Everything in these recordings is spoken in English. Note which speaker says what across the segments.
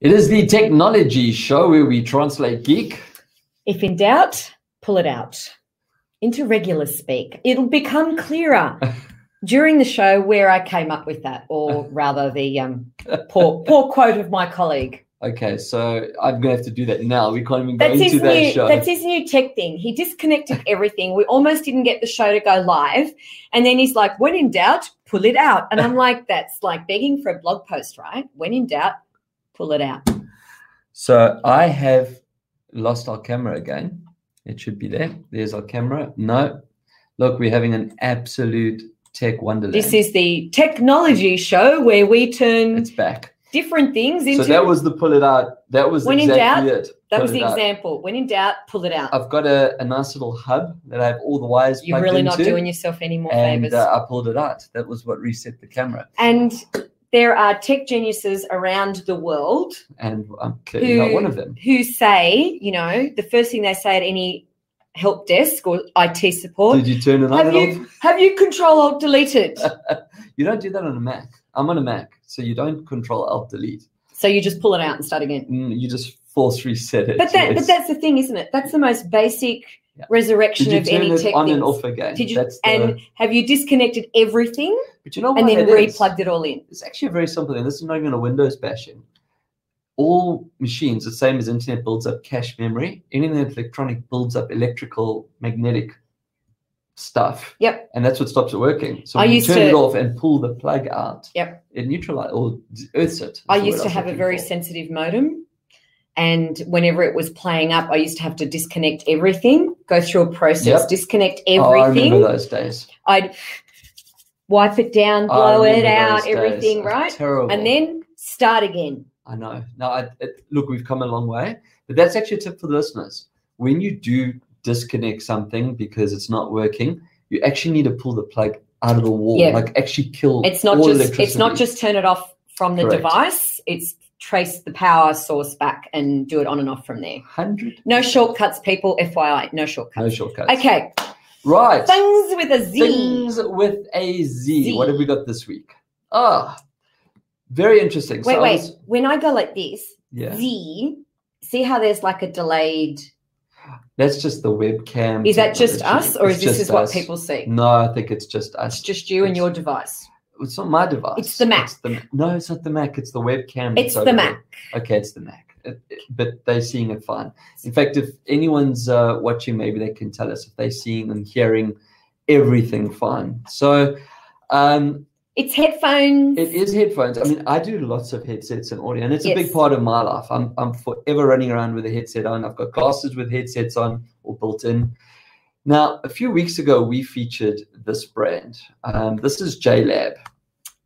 Speaker 1: It is the technology show where we translate geek.
Speaker 2: If in doubt, pull it out into regular speak. It'll become clearer during the show where I came up with that, or rather, the um, poor, poor quote of my colleague.
Speaker 1: Okay, so I'm gonna have to do that now. We can't even go
Speaker 2: That's his
Speaker 1: into that
Speaker 2: new.
Speaker 1: show.
Speaker 2: That's his new tech thing. He disconnected everything. We almost didn't get the show to go live, and then he's like, "When in doubt, pull it out." And I'm like, "That's like begging for a blog post, right? When in doubt, pull it out."
Speaker 1: so I have lost our camera again. It should be there. There's our camera. No, look, we're having an absolute tech wonderland.
Speaker 2: This is the technology show where we turn
Speaker 1: it's back.
Speaker 2: different things into.
Speaker 1: So that was the pull it out. That was
Speaker 2: When in
Speaker 1: exactly it.
Speaker 2: that
Speaker 1: pull
Speaker 2: was
Speaker 1: it
Speaker 2: the
Speaker 1: out.
Speaker 2: example. When in doubt, pull it out.
Speaker 1: I've got a, a nice little hub that I have all the wires
Speaker 2: You're
Speaker 1: plugged
Speaker 2: really
Speaker 1: into,
Speaker 2: not doing yourself any more
Speaker 1: and
Speaker 2: favors.
Speaker 1: uh, I pulled it out. That was what reset the camera.
Speaker 2: and there are tech geniuses around the world
Speaker 1: And I'm clearly not
Speaker 2: Who-
Speaker 1: one of them.
Speaker 2: who say, you know, the first thing they say at any help desk or IT support,
Speaker 1: Did you turn it on?
Speaker 2: have
Speaker 1: at all?
Speaker 2: you have you control alt deleted?
Speaker 1: You don't do that on a Mac. I'm on a Mac, so you don't control Alt Delete.
Speaker 2: so you just pull it out and start again.
Speaker 1: Mm, You just force reset it.
Speaker 2: But that
Speaker 1: yes.
Speaker 2: but that's the thing, isn't it? That's the most basic
Speaker 1: Yeah.
Speaker 2: resurrection
Speaker 1: did you
Speaker 2: of
Speaker 1: turn
Speaker 2: any
Speaker 1: it
Speaker 2: tech
Speaker 1: on
Speaker 2: things.
Speaker 1: and off again?
Speaker 2: Did you
Speaker 1: that's the, Oh
Speaker 2: and have you disconnected everything
Speaker 1: but you know
Speaker 2: and
Speaker 1: what it
Speaker 2: then
Speaker 1: is?
Speaker 2: replugged it all in?
Speaker 1: It's actually a very simple thing. This is not even a Windows bashing. All machines, the same as internet, builds up cache memory. Anything that's electronic builds up electrical magnetic stuff.
Speaker 2: Yep.
Speaker 1: And that's what stops it working. So
Speaker 2: I
Speaker 1: when you
Speaker 2: used
Speaker 1: turn
Speaker 2: to-
Speaker 1: it off and pull the plug out.
Speaker 2: Yep.
Speaker 1: It neutralizes or d- earths it. is
Speaker 2: I
Speaker 1: the word
Speaker 2: used to
Speaker 1: was
Speaker 2: have a
Speaker 1: looking
Speaker 2: very
Speaker 1: for.
Speaker 2: sensitive modem, and whenever it was playing up, I used to have to disconnect everything, go through a process,
Speaker 1: Yep.
Speaker 2: disconnect
Speaker 1: Oh, I
Speaker 2: everything.
Speaker 1: remember those days.
Speaker 2: I'd wipe it down,
Speaker 1: I
Speaker 2: blow it
Speaker 1: remember
Speaker 2: out,
Speaker 1: those days.
Speaker 2: everything,
Speaker 1: It was
Speaker 2: right?
Speaker 1: Terrible.
Speaker 2: And then start again.
Speaker 1: I know. No, I, it, look, we've come a long way, but that's actually a tip for the listeners. When you do disconnect something because it's not working, you actually need to pull the plug out of the wall,
Speaker 2: Yeah.
Speaker 1: like actually kill.
Speaker 2: It's not
Speaker 1: all
Speaker 2: just it's not
Speaker 1: electricity.
Speaker 2: just turn it off from the
Speaker 1: Correct.
Speaker 2: device, it's trace the power source back and do it on and off from there.
Speaker 1: hundred.
Speaker 2: No shortcuts, people, FYI, no shortcuts.
Speaker 1: No shortcuts.
Speaker 2: Okay.
Speaker 1: Right.
Speaker 2: Things with a Z.
Speaker 1: Things with a Z.
Speaker 2: Z.
Speaker 1: What have we got this week? Ah, very interesting.
Speaker 2: Wait,
Speaker 1: I
Speaker 2: wait.
Speaker 1: was-
Speaker 2: When I go like this,
Speaker 1: yeah,
Speaker 2: Z, see how there's like a delayed.
Speaker 1: that's just the webcam.
Speaker 2: Is that just
Speaker 1: Mm-hmm. technology.
Speaker 2: us, or is
Speaker 1: It's
Speaker 2: this
Speaker 1: just
Speaker 2: is what
Speaker 1: us.
Speaker 2: people see?
Speaker 1: No, I think it's just us.
Speaker 2: It's just you and
Speaker 1: It's-
Speaker 2: your device.
Speaker 1: It's not my device.
Speaker 2: It's the Mac.
Speaker 1: the- no, it's not the Mac. It's the webcam. that's
Speaker 2: It's the
Speaker 1: over there.
Speaker 2: Mac.
Speaker 1: Okay, it's the Mac. It- it- but they're seeing it fine. In fact, if anyone's uh, watching, maybe they can tell us if they're seeing and hearing everything fine. So um,
Speaker 2: It's headphones.
Speaker 1: it is headphones. I mean, I do lots of headsets and audio, and it's a
Speaker 2: Yes.
Speaker 1: big part of my life. I'm, I'm forever running around with a headset on. I've got glasses with headsets on or built in. Now, a few weeks ago, we featured this brand. Um, this is JLab.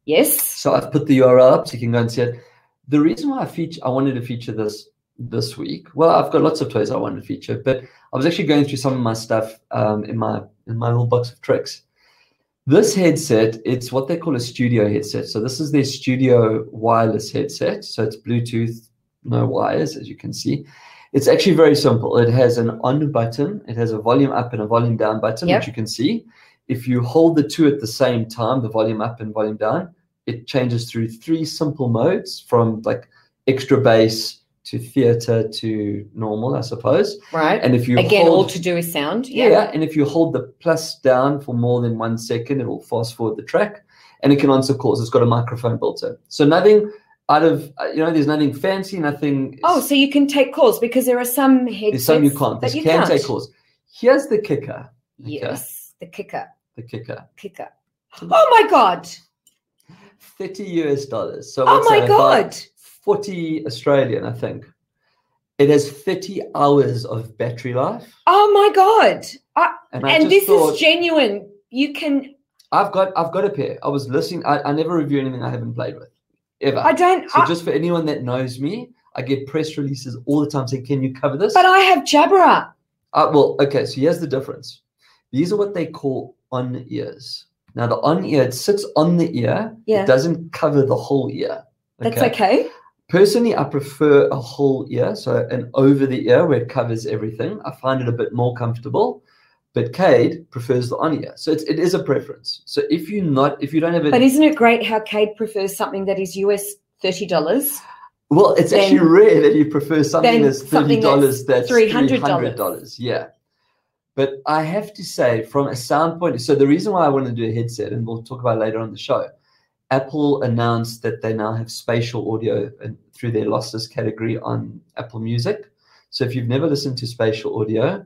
Speaker 2: Yes.
Speaker 1: So I've put the URL up so you can go and see it. The reason why I feature I wanted to feature this this week, well, I've got lots of toys I wanted to feature, but I was actually going through some of my stuff um, in my in my little box of tricks. This headset, it's what they call a studio headset. So this is their studio wireless headset. So it's Bluetooth, no wires, as you can see. It's actually very simple. It has an on button, it has a volume up and a volume down button,
Speaker 2: Yep.
Speaker 1: which you can see. If you hold the two at the same time, the volume up and volume down, it changes through three simple modes from like extra bass to theater to normal, I suppose.
Speaker 2: Right.
Speaker 1: And if you
Speaker 2: Again, all
Speaker 1: hold,
Speaker 2: to do with sound.
Speaker 1: yeah. and if you hold the plus down for more than one second, it will fast forward the track, and it can answer calls. It's got a microphone built in, so nothing out of uh, you know. There's nothing fancy, nothing.
Speaker 2: Oh, so you can take calls because there are some
Speaker 1: there's
Speaker 2: headsets
Speaker 1: some you can't.
Speaker 2: that
Speaker 1: This
Speaker 2: you
Speaker 1: can
Speaker 2: can't.
Speaker 1: take calls. Here's the kicker.
Speaker 2: Yes, the kicker,
Speaker 1: The kicker.
Speaker 2: kicker.
Speaker 1: Hmm.
Speaker 2: Oh my god!
Speaker 1: Thirty US dollars. So
Speaker 2: Oh
Speaker 1: what's
Speaker 2: my
Speaker 1: that, about
Speaker 2: god!
Speaker 1: Forty Australian, I think. It has thirty hours of battery life,
Speaker 2: Oh my god! I,
Speaker 1: and I
Speaker 2: and
Speaker 1: just
Speaker 2: this
Speaker 1: thought,
Speaker 2: is genuine. You can.
Speaker 1: I've got I've got a pair. I was listening. I, I never review anything I haven't played with, ever.
Speaker 2: I don't.
Speaker 1: Ah. So
Speaker 2: I,
Speaker 1: just for anyone that knows me, I get press releases all the time saying, "Can you cover this?"
Speaker 2: but I have Jabra.
Speaker 1: Uh, well, okay. So here's the difference. These are what they call on ears. Now the on ear it sits on the ear.
Speaker 2: Yeah.
Speaker 1: It doesn't cover the whole ear.
Speaker 2: That's okay.
Speaker 1: Personally, I prefer a whole ear, so an over the ear where it covers everything. I find it a bit more comfortable. But Cade prefers the on ear, so it's, it is a preference. So if you not if you don't have it,
Speaker 2: But isn't it great how Cade prefers something that is US thirty dollars?
Speaker 1: Well, it's
Speaker 2: Then-
Speaker 1: actually rare that you prefer something
Speaker 2: Then
Speaker 1: that's thirty
Speaker 2: something that's
Speaker 1: dollars that's three
Speaker 2: $300.
Speaker 1: hundred dollars. Yeah, but I have to say, from a sound point, so the reason why I want to do a headset, and we'll talk about it later on the show, Apple announced that they now have spatial audio and through their lossless category on Apple Music. So if you've never listened to spatial audio,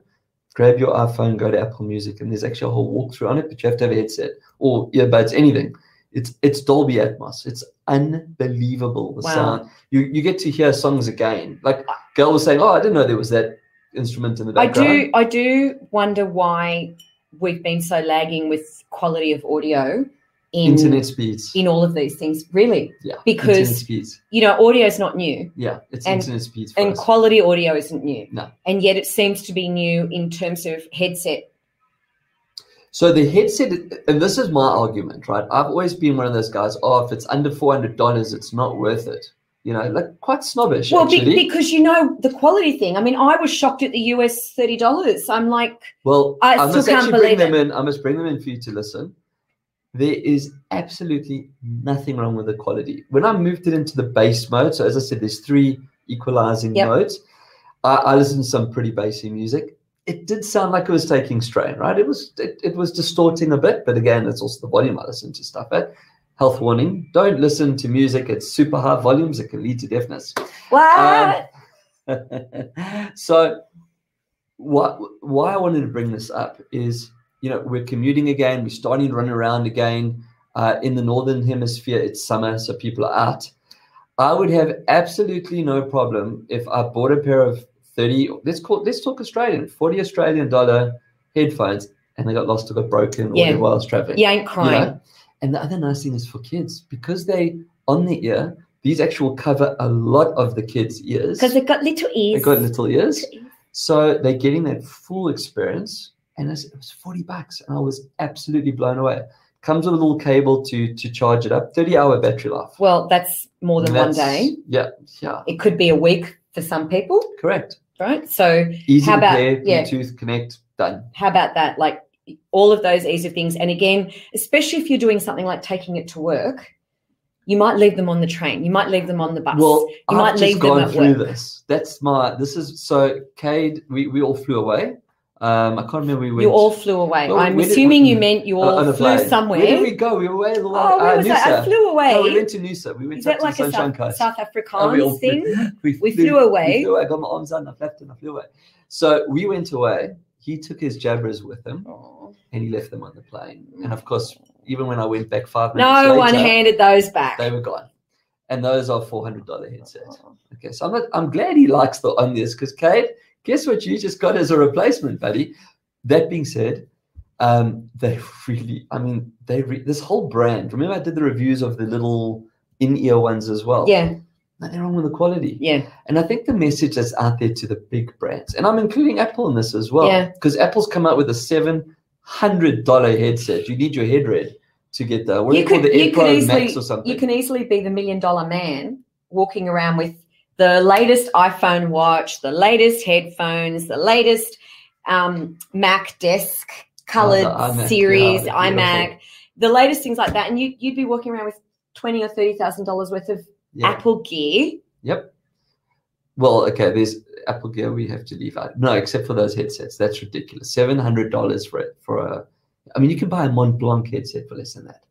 Speaker 1: grab your iPhone, go to Apple Music, and there's actually a whole walkthrough on it. But you have to have a headset or earbuds, anything. It's it's Dolby Atmos. It's unbelievable the
Speaker 2: Wow.
Speaker 1: sound. You you get to hear songs again. Like girl was saying, oh, I didn't know there was that instrument in the
Speaker 2: I
Speaker 1: background.
Speaker 2: do I do wonder why we've been so lagging with quality of audio in
Speaker 1: internet speeds.
Speaker 2: in all of these things, really.
Speaker 1: yeah,
Speaker 2: because-
Speaker 1: internet speeds.
Speaker 2: You know, audio's not new
Speaker 1: Yeah, it's
Speaker 2: and-
Speaker 1: internet speeds. For
Speaker 2: and
Speaker 1: us.
Speaker 2: quality audio isn't new.
Speaker 1: No.
Speaker 2: And yet it seems to be new in terms of headset.
Speaker 1: So the headset, and this is my argument, right? I've always been one of those guys. Oh, if it's under four hundred dollars, it's not worth it. You know, like quite snobbish.
Speaker 2: Well,
Speaker 1: actually.
Speaker 2: be, because you know the quality thing. I mean, I was shocked at the US thirty dollars. I'm like,
Speaker 1: Well, I,
Speaker 2: I still
Speaker 1: must
Speaker 2: can't
Speaker 1: actually bring
Speaker 2: believe
Speaker 1: them in. I must bring them in for you to listen. There is absolutely nothing wrong with the quality. When I moved it into the bass mode, so as I said, there's three equalizing
Speaker 2: Yep.
Speaker 1: modes. I, I listened to some pretty bassy music. It did sound like it was taking strain, right? It was it, it was distorting a bit, but again, it's also the volume I listen to stuff at. Health warning: Don't listen to music at super high volumes; it can lead to deafness.
Speaker 2: what?
Speaker 1: Um, so what why I wanted to bring this up is you know we're commuting again, we're starting to run around again. Uh, in the northern hemisphere, it's summer, so people are out. I would have absolutely no problem if I bought a pair of thirty. Let's call let's talk Australian forty Australian dollar headphones, and they got lost or got broken
Speaker 2: Yeah.
Speaker 1: or while I was traveling.
Speaker 2: you ain't
Speaker 1: You know?
Speaker 2: crying.
Speaker 1: And the other nice thing is for kids because they on the ear. These actually cover a lot of the kids' ears.
Speaker 2: Because they've got little
Speaker 1: They
Speaker 2: ears.
Speaker 1: got little ears.
Speaker 2: Little ears.
Speaker 1: So they're getting that full experience. And it's- it was 40 bucks. And I was absolutely blown away. Comes with a little cable to to charge it up. 30 hour battery life.
Speaker 2: Well, that's more than one
Speaker 1: That's-
Speaker 2: day.
Speaker 1: Yeah. Yeah.
Speaker 2: It could be a week for some people,
Speaker 1: Correct.
Speaker 2: right? So
Speaker 1: Easy to
Speaker 2: How about-
Speaker 1: pair,
Speaker 2: yeah.
Speaker 1: Bluetooth, connect, done.
Speaker 2: how about that? Like all of those easy things. And again, especially if you're doing something like taking it to work, you might leave them on the train. You might leave them on the bus.
Speaker 1: Well, I've
Speaker 2: might
Speaker 1: just
Speaker 2: leave them
Speaker 1: gone
Speaker 2: at
Speaker 1: through
Speaker 2: work.
Speaker 1: this. That's my this is so Cade, we, we all flew away. Um I can't remember where we went.
Speaker 2: you all flew away.
Speaker 1: Well,
Speaker 2: I'm
Speaker 1: where did-
Speaker 2: assuming you meant you
Speaker 1: uh,
Speaker 2: all
Speaker 1: on a
Speaker 2: flew
Speaker 1: plane.
Speaker 2: somewhere.
Speaker 1: Where did we go? We were away the Uh,
Speaker 2: oh, where was I? I
Speaker 1: Noosa.
Speaker 2: flew away.
Speaker 1: No, we went to Noosa. We went
Speaker 2: Is
Speaker 1: up
Speaker 2: that
Speaker 1: to
Speaker 2: like a
Speaker 1: Sunshine
Speaker 2: South,
Speaker 1: Coast.
Speaker 2: South
Speaker 1: And we
Speaker 2: Afrikaans
Speaker 1: all flew-
Speaker 2: thing?
Speaker 1: we
Speaker 2: We flew away.
Speaker 1: We flew away. I got my arms out and I flapped and I flew away. So we went away. He took his jabbers with him
Speaker 2: Oh.
Speaker 1: and he left them on the plane. And of course, even when I went back five minutes
Speaker 2: No
Speaker 1: later,
Speaker 2: one handed those back.
Speaker 1: they were gone. And those are four hundred dollar headsets. Okay, so I'm not, I'm glad he likes the on this because Cade, guess what you just got as a replacement, buddy. That being said, um, they really, I mean, they re- this whole brand. Remember, I did the reviews of the little in ear ones as well.
Speaker 2: Yeah,
Speaker 1: nothing wrong with the quality.
Speaker 2: yeah.
Speaker 1: And I think the message that's out there to the big brands, and I'm including Apple in this as well,
Speaker 2: Yeah.
Speaker 1: because Apple's come out with a seven hundred dollar headset. You need your head red to get the what do
Speaker 2: You
Speaker 1: you call
Speaker 2: could-
Speaker 1: the
Speaker 2: you could
Speaker 1: AirPod Max
Speaker 2: easily-
Speaker 1: or something.
Speaker 2: You can easily be the million dollar man walking around with the latest iPhone watch, the latest headphones, the latest um, Mac desk, colored
Speaker 1: Oh, the iMac,
Speaker 2: series,
Speaker 1: yeah,
Speaker 2: iMac, the latest things like that. And you, you'd be walking around with twenty or thirty thousand dollars worth of
Speaker 1: yeah.
Speaker 2: Apple gear.
Speaker 1: Yep. Well, okay. There's Apple Gear. We have to leave out. No, except for those headsets. That's ridiculous. Seven hundred dollars for it for a. I mean, you can buy a Mont Blanc headset for less than that.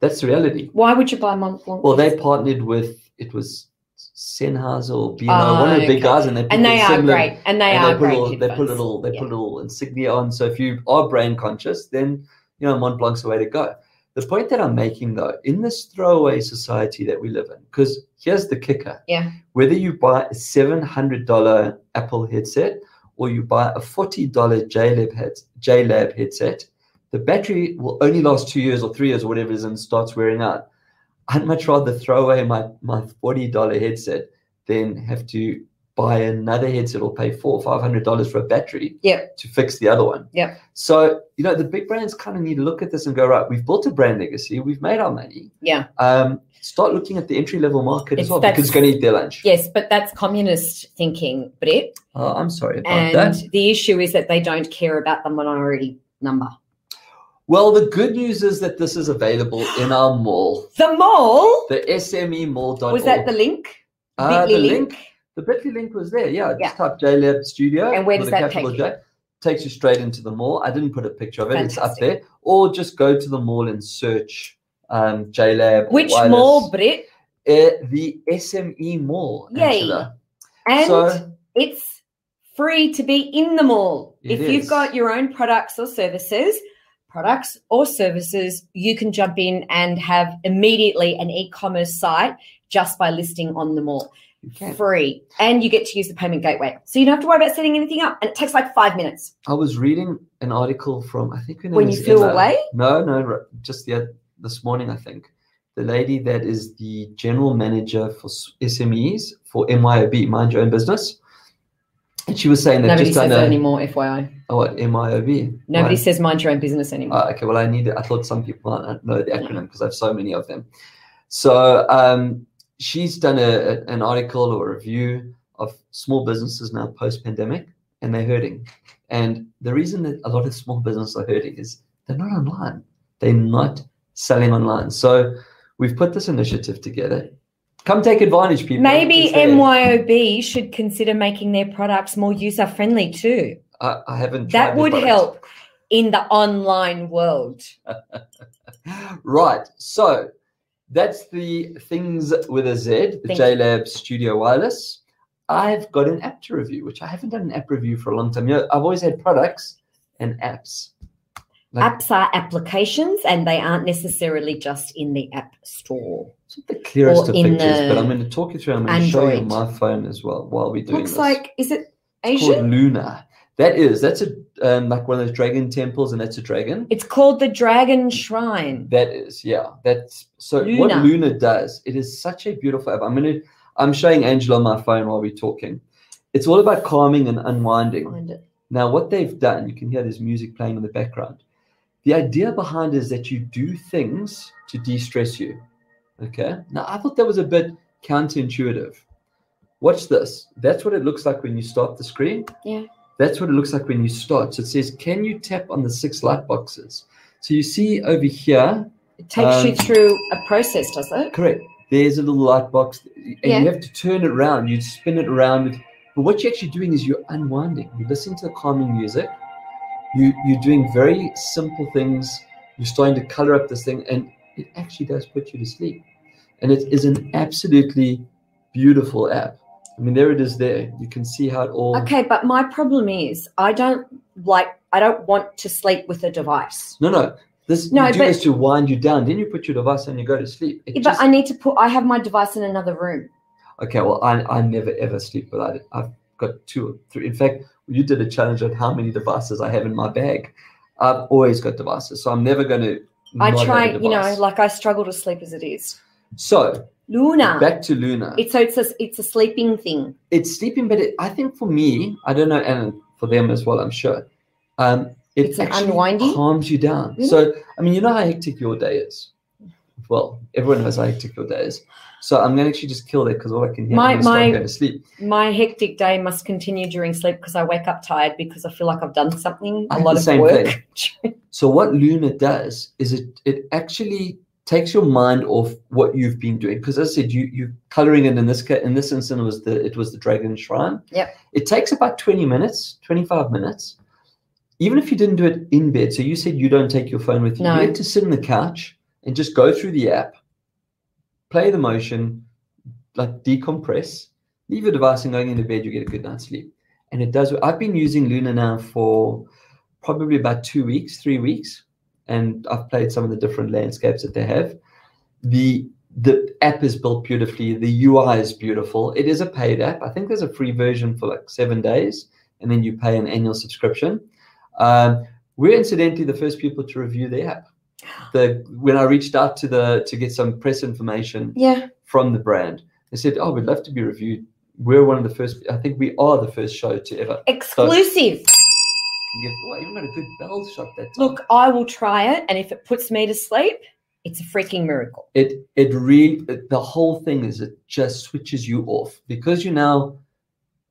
Speaker 1: That's the reality.
Speaker 2: Why would you buy Mont Blanc?
Speaker 1: Well, they partnered with it was Sennheiser or BMO,
Speaker 2: Ah,
Speaker 1: one of the big
Speaker 2: okay.
Speaker 1: guys, and they put
Speaker 2: and they
Speaker 1: the
Speaker 2: are
Speaker 1: similar-
Speaker 2: great, and they
Speaker 1: and they
Speaker 2: are
Speaker 1: put
Speaker 2: great.
Speaker 1: a little, they put a
Speaker 2: headphones.
Speaker 1: little, they
Speaker 2: Yeah.
Speaker 1: put a little insignia on. So if you are brand conscious, then you know Mont Blanc's the way to go. The point that I'm making though, in this throwaway society that we live in, because here's the kicker:
Speaker 2: Yeah.
Speaker 1: whether you buy a seven hundred dollar Apple headset or you buy a forty dollar JLab heads JLab headset, the battery will only last two years or three years or whatever it is, and starts wearing out. I'd much rather throw away my my forty dollar headset than have to buy another headset or pay four or five hundred dollars for a battery
Speaker 2: Yep.
Speaker 1: to fix the other one.
Speaker 2: Yep.
Speaker 1: So you know the big brands kind of need to look at this and go right. We've built a brand legacy. We've made our money.
Speaker 2: Yeah.
Speaker 1: Um, start looking at the entry level market as
Speaker 2: It's-
Speaker 1: well
Speaker 2: that's-
Speaker 1: because it's going to eat their lunch.
Speaker 2: Yes, but that's communist thinking, Brit.
Speaker 1: Oh, I'm sorry about
Speaker 2: And
Speaker 1: that.
Speaker 2: the issue is that they don't care about the minority number.
Speaker 1: Well, the good news is that this is available in our mall,
Speaker 2: The mall
Speaker 1: the SME mall.
Speaker 2: was that Ah, the link?
Speaker 1: Uh,
Speaker 2: Bitly
Speaker 1: the link. the Bitly link was there. Yeah, just
Speaker 2: Yeah.
Speaker 1: type JLab Studio.
Speaker 2: And where
Speaker 1: with
Speaker 2: does
Speaker 1: a
Speaker 2: that
Speaker 1: capital
Speaker 2: take you?
Speaker 1: J. Takes you straight into the mall. I didn't put a picture of it. It's up
Speaker 2: Fantastic.
Speaker 1: there. Or just go to the mall and search um, JLab.
Speaker 2: Which
Speaker 1: wireless.
Speaker 2: more Brit?
Speaker 1: Uh, the SME Mall.
Speaker 2: Yay.
Speaker 1: Angela.
Speaker 2: And
Speaker 1: So-
Speaker 2: it's free to be in the mall.
Speaker 1: It
Speaker 2: if you've
Speaker 1: is.
Speaker 2: got your own products or services, products or services, you can jump in and have immediately an e-commerce site just by listing on the mall.
Speaker 1: You can.
Speaker 2: Free. And you get to use the payment gateway. So you don't have to worry about setting anything up. And it takes like five minutes.
Speaker 1: I was reading an article from I think her name
Speaker 2: When
Speaker 1: is
Speaker 2: you flew
Speaker 1: Emma.
Speaker 2: away?
Speaker 1: No, no, r- just the oth- this morning I think the lady that is the general manager for s- SMEs for MYOB, mind your own business, and she was saying that
Speaker 2: Nobody
Speaker 1: just
Speaker 2: says
Speaker 1: done
Speaker 2: that
Speaker 1: a
Speaker 2: anymore, FYI.
Speaker 1: oh what MYOB.
Speaker 2: Nobody
Speaker 1: Right.
Speaker 2: says mind your own business anymore.
Speaker 1: Oh, okay, well I need I thought some people might not know the acronym because I have so many of them. So um, she's done a, a- an article or a review of small businesses now post pandemic, and they're hurting. And the reason that a lot of small businesses are hurting is they're not online. They're not selling online. So we've put this initiative together. Come take advantage, people.
Speaker 2: Maybe
Speaker 1: It's there.
Speaker 2: MYOB should consider making their products more user friendly too.
Speaker 1: I, I haven't. tried
Speaker 2: That
Speaker 1: the
Speaker 2: would
Speaker 1: product.
Speaker 2: help in the online world.
Speaker 1: Right. So that's the things with a Z, the
Speaker 2: Thank you.
Speaker 1: JLab Studio Wireless. I've got an app to review, which I haven't done an app review for a long time. You know, I've always had products and apps. Like,
Speaker 2: Apps are applications and they aren't necessarily just in the app store.
Speaker 1: it's not the clearest
Speaker 2: or
Speaker 1: of
Speaker 2: in
Speaker 1: pictures, but
Speaker 2: the
Speaker 1: I'm going to talk you through. I'm going to show you
Speaker 2: Android.
Speaker 1: my phone as well while we're doing
Speaker 2: Looks
Speaker 1: this.
Speaker 2: like, is it
Speaker 1: it's
Speaker 2: Asian?
Speaker 1: called Luna. That is. That's a um, like one of those dragon temples, and that's a dragon.
Speaker 2: It's called the Dragon Shrine.
Speaker 1: That is, yeah. That's so what
Speaker 2: Luna.
Speaker 1: Luna does, it is such a beautiful app. I'm gonna I'm showing Angela on my phone while we're talking. It's all about calming and unwinding.
Speaker 2: Find it.
Speaker 1: Now, what they've done, you can hear there's music playing in the background. The idea behind it is that you do things to de-stress you. Okay. Now I thought that was a bit counterintuitive. Watch this. That's what it looks like when you start the screen.
Speaker 2: Yeah.
Speaker 1: That's what it looks like when you start. So it says, can you tap on the six light boxes? So you see over here,
Speaker 2: It takes
Speaker 1: Um,
Speaker 2: you through a process, does it?
Speaker 1: Correct. There's a little light box, and
Speaker 2: Yeah.
Speaker 1: you have to turn it around. You spin it around. with- But what you're actually doing is you're unwinding. You listen to the calming music. You you're doing very simple things. You're starting to color up this thing, and it actually does put you to sleep. And it is an absolutely beautiful app. I mean, there it is. There you can see how it all.
Speaker 2: Okay, but my problem is I don't like, I don't want to sleep with a device.
Speaker 1: No, no. This
Speaker 2: No,
Speaker 1: you do
Speaker 2: but-
Speaker 1: this to wind you down. Then you put your device on, you go to sleep. It
Speaker 2: Yeah,
Speaker 1: just-
Speaker 2: but I need to put, I have my device in another room.
Speaker 1: Okay, well, I, I never ever sleep without it. I've got two or three. In fact, you did a challenge on how many devices I have in my bag. I've always got devices, so I'm never going to.
Speaker 2: I try, you know, like I struggle to sleep as it is.
Speaker 1: so
Speaker 2: Luna.
Speaker 1: back to Luna. It's,
Speaker 2: It's so it's a it's a sleeping thing.
Speaker 1: sleeping, but it, I think for me, I don't know, and for them as well, I'm sure. Um, it
Speaker 2: It's an
Speaker 1: actually
Speaker 2: unwinding? Mm-hmm.
Speaker 1: calms you down.
Speaker 2: Really?
Speaker 1: So I mean, you know how hectic your day is. Well, everyone knows how hectic your day is. So I'm going to actually just kill that because all I can hear
Speaker 2: My-
Speaker 1: is my,
Speaker 2: my-
Speaker 1: going to sleep.
Speaker 2: My hectic day must continue during sleep because I wake up tired because I feel like I've done something
Speaker 1: I
Speaker 2: a
Speaker 1: have
Speaker 2: lot
Speaker 1: the
Speaker 2: of
Speaker 1: same
Speaker 2: work.
Speaker 1: So what Luna does is it it actually takes your mind off what you've been doing because as I said you you coloring it in this ca- in this instance it was the it was the dragon shrine.
Speaker 2: Yep.
Speaker 1: It takes about twenty minutes, twenty five minutes. Even if you didn't do it in bed, so you said you don't take your phone with you.
Speaker 2: No.
Speaker 1: You have to sit on the couch and just go through the app, play the motion, like decompress, leave your device and going into bed, you get a good night's sleep. And it does. I've been using Luna now for probably about two weeks, three weeks, and I've played some of the different landscapes that they have. The the app is built beautifully. The UI is beautiful. It is a paid app. I think there's a free version for like seven days, and then you pay an annual subscription. Um, we're incidentally the first people to review the app. The when I reached out to the to get some press information
Speaker 2: Yeah.
Speaker 1: from the brand, they said, "Oh, we'd love to be reviewed." We're one of the first. I think we are the first show to ever.
Speaker 2: Exclusive.
Speaker 1: Give, oh, I even got a good bell shot that time.
Speaker 2: Look, I will try it and if it puts me to sleep, it's a freaking miracle.
Speaker 1: it it really it- the whole thing is it just switches you off because you're now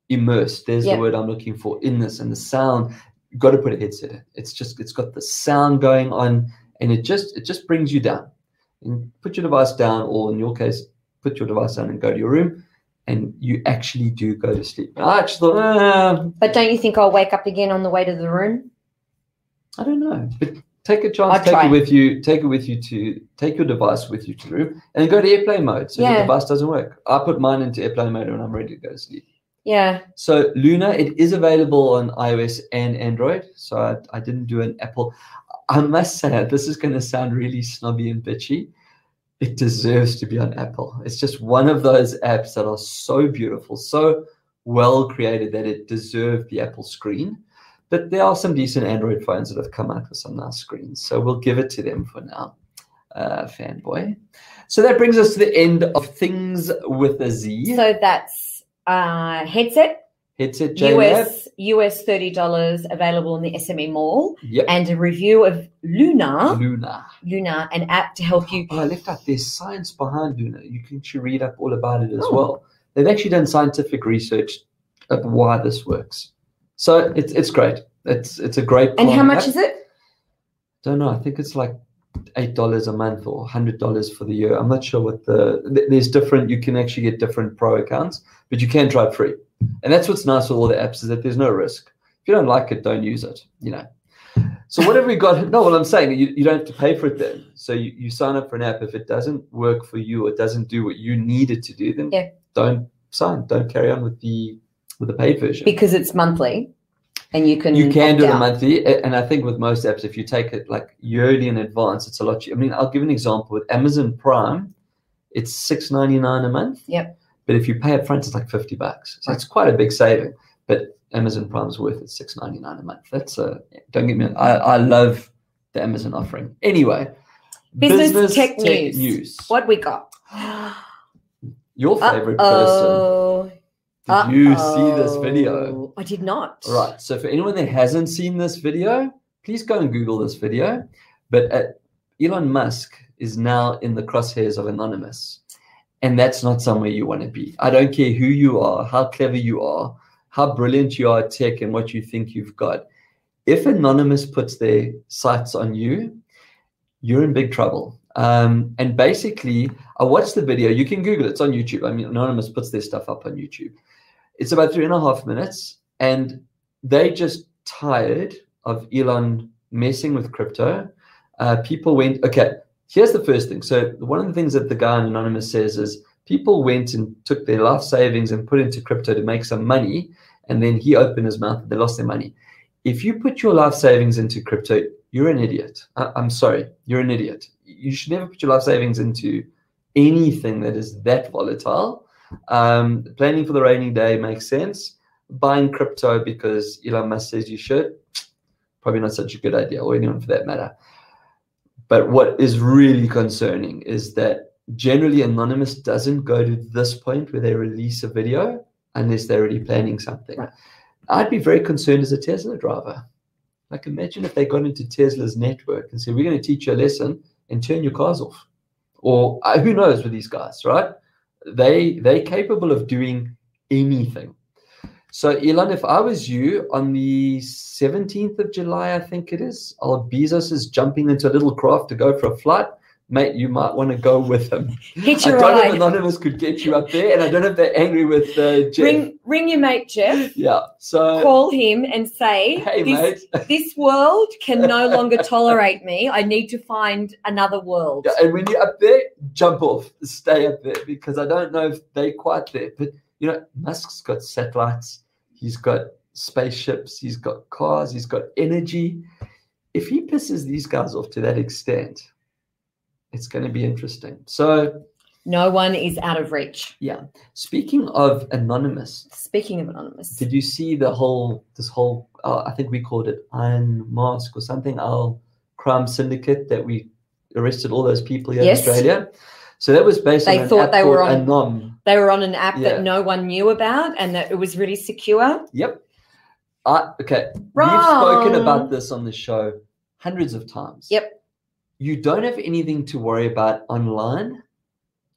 Speaker 1: immersed there's
Speaker 2: Yeah.
Speaker 1: the word i'm looking for in this and the sound you've got to put a headset in it's just it's got the sound going on and it just it just brings you down and put your device down or in your case put your device down and go to your room and you actually do go to sleep. And I actually thought, ah,
Speaker 2: But don't you think I'll wake up again on the way to the room?
Speaker 1: I don't know. But take a chance,
Speaker 2: I'll
Speaker 1: take
Speaker 2: try.
Speaker 1: it with you, take it with you to take your device with you to the room and then go to airplane mode. So
Speaker 2: Yeah.
Speaker 1: your device doesn't work. I put mine into airplane mode when I'm ready to go to sleep.
Speaker 2: Yeah.
Speaker 1: So Luna, it is available on iOS and Android. So I, I didn't do an Apple. I must say, this is going to sound really snobby and bitchy. It deserves to be on Apple. It's just one of those apps that are so beautiful, so well created that it deserved the Apple screen. But there are some decent Android phones that have come out with some nice screens. So we'll give it to them for now, uh, fanboy. So that brings us to the end of Things with a Z.
Speaker 2: So that's uh, headset,
Speaker 1: Headset J Lab.
Speaker 2: US, US $30 available in the SME mall,
Speaker 1: Yep.
Speaker 2: and a review of Luna,
Speaker 1: Luna.
Speaker 2: Luna, an app to help you.
Speaker 1: Oh, I left out there's science behind Luna. You can actually read up all about it as
Speaker 2: Oh.
Speaker 1: well. They've actually done scientific research of why this works. So it's it's great. It's it's a great.
Speaker 2: And how much
Speaker 1: I
Speaker 2: is it?
Speaker 1: don't know. I think it's like eight dollars a month or hundred dollars for the year. I'm not sure what the th- there's different. You can actually get different pro accounts, but you can try it free. And that's what's nice with all the apps is that there's no risk. If you don't like it, don't use it. You know. So what have we got? No, well, I'm saying you, you don't have to pay for it then. So you, you sign up for an app. If it doesn't work for you or doesn't do what you need it to do, then
Speaker 2: Yeah.
Speaker 1: don't sign. Don't carry on with the with the paid version.
Speaker 2: Because it's monthly, and you can
Speaker 1: You can
Speaker 2: opt
Speaker 1: do it
Speaker 2: out.
Speaker 1: monthly, a- and I think with most apps, if you take it like yearly in advance, it's a lot. che- I mean, I'll give an example with Amazon Prime, it's six ninety nine a month.
Speaker 2: Yep.
Speaker 1: But if you pay up front, it's like fifty bucks, so it's quite a big saving. But Amazon Prime is worth it six ninety nine a month. That's a don't get me. I I love the Amazon offering. Anyway,
Speaker 2: Business tech news. What we got?
Speaker 1: Your favorite person.
Speaker 2: Oh,
Speaker 1: Did you see this video?
Speaker 2: I did not.
Speaker 1: All right. So for anyone that hasn't seen this video, please go and Google this video. But uh, Elon Musk is now in the crosshairs of anonymous, and that's not somewhere you want to be. I don't care who you are, how clever you are, how brilliant you are at tech, and what you think you've got. If anonymous puts their sights on you, you're in big trouble. Um, and basically, I watched the video. You can Google it. It's on YouTube. I mean, Anonymous puts their stuff up on YouTube. It's about three and a half minutes, and they just tired of Elon messing with crypto. Uh, people went, okay, here's the first thing. So, one of the things that the guy in Anonymous says is people went and took their life savings and put into crypto to make some money. And then he opened his mouth, they lost their money. If you put your life savings into crypto, you're an idiot. I- I'm sorry, you're an idiot. You should never put your life savings into anything that is that volatile. Um, planning for the rainy day makes sense buying crypto because Elon Musk says you should, probably not such a good idea, or anyone for that matter. But what is really concerning is that generally Anonymous doesn't go to this point where they release a video unless they're already planning something.
Speaker 2: Right.
Speaker 1: I'd be very concerned as a Tesla driver. Like, imagine if they got into Tesla's network and said, We're going to teach you a lesson and turn your cars off. Or uh, who knows with these guys, right? They they're capable of doing anything. So, Elon, if I was you on the 17th of July, I think it is, Al Bezos is jumping into a little craft to go for a flight. Mate, you might want to go with him.
Speaker 2: Hitch
Speaker 1: I
Speaker 2: a
Speaker 1: don't know if
Speaker 2: ride.
Speaker 1: Anonymous could get you up there, and I don't know if they're angry with uh, Jeff.
Speaker 2: Ring, ring your mate Jeff.
Speaker 1: Yeah. So,
Speaker 2: Call him and say,
Speaker 1: Uh, hey,
Speaker 2: this,
Speaker 1: mate.
Speaker 2: this world can no longer tolerate me. I need to find another world.
Speaker 1: Yeah, and when you're up there, jump off, stay up there, because I don't know if they quite there. But you know, Musk's got satellites, he's got spaceships, he's got cars, he's got energy. If he pisses these guys off to that extent, it's going to be interesting. So,
Speaker 2: No one is out of reach.
Speaker 1: speaking of anonymous,
Speaker 2: Speaking of anonymous,
Speaker 1: did you see the whole this whole? Uh, I think we called it Iron Mask or something. Our crime syndicate that we arrested all those people here
Speaker 2: Yes.
Speaker 1: in Australia. So that was based
Speaker 2: They
Speaker 1: on an
Speaker 2: thought
Speaker 1: app
Speaker 2: they were
Speaker 1: called
Speaker 2: on-
Speaker 1: Anom.
Speaker 2: they were on an app
Speaker 1: Yeah.
Speaker 2: that no one knew about and that it was really secure.
Speaker 1: Yep. I okay. We've
Speaker 2: Wrong.
Speaker 1: spoken about this on the show hundreds of times.
Speaker 2: Yep.
Speaker 1: You don't have anything to worry about online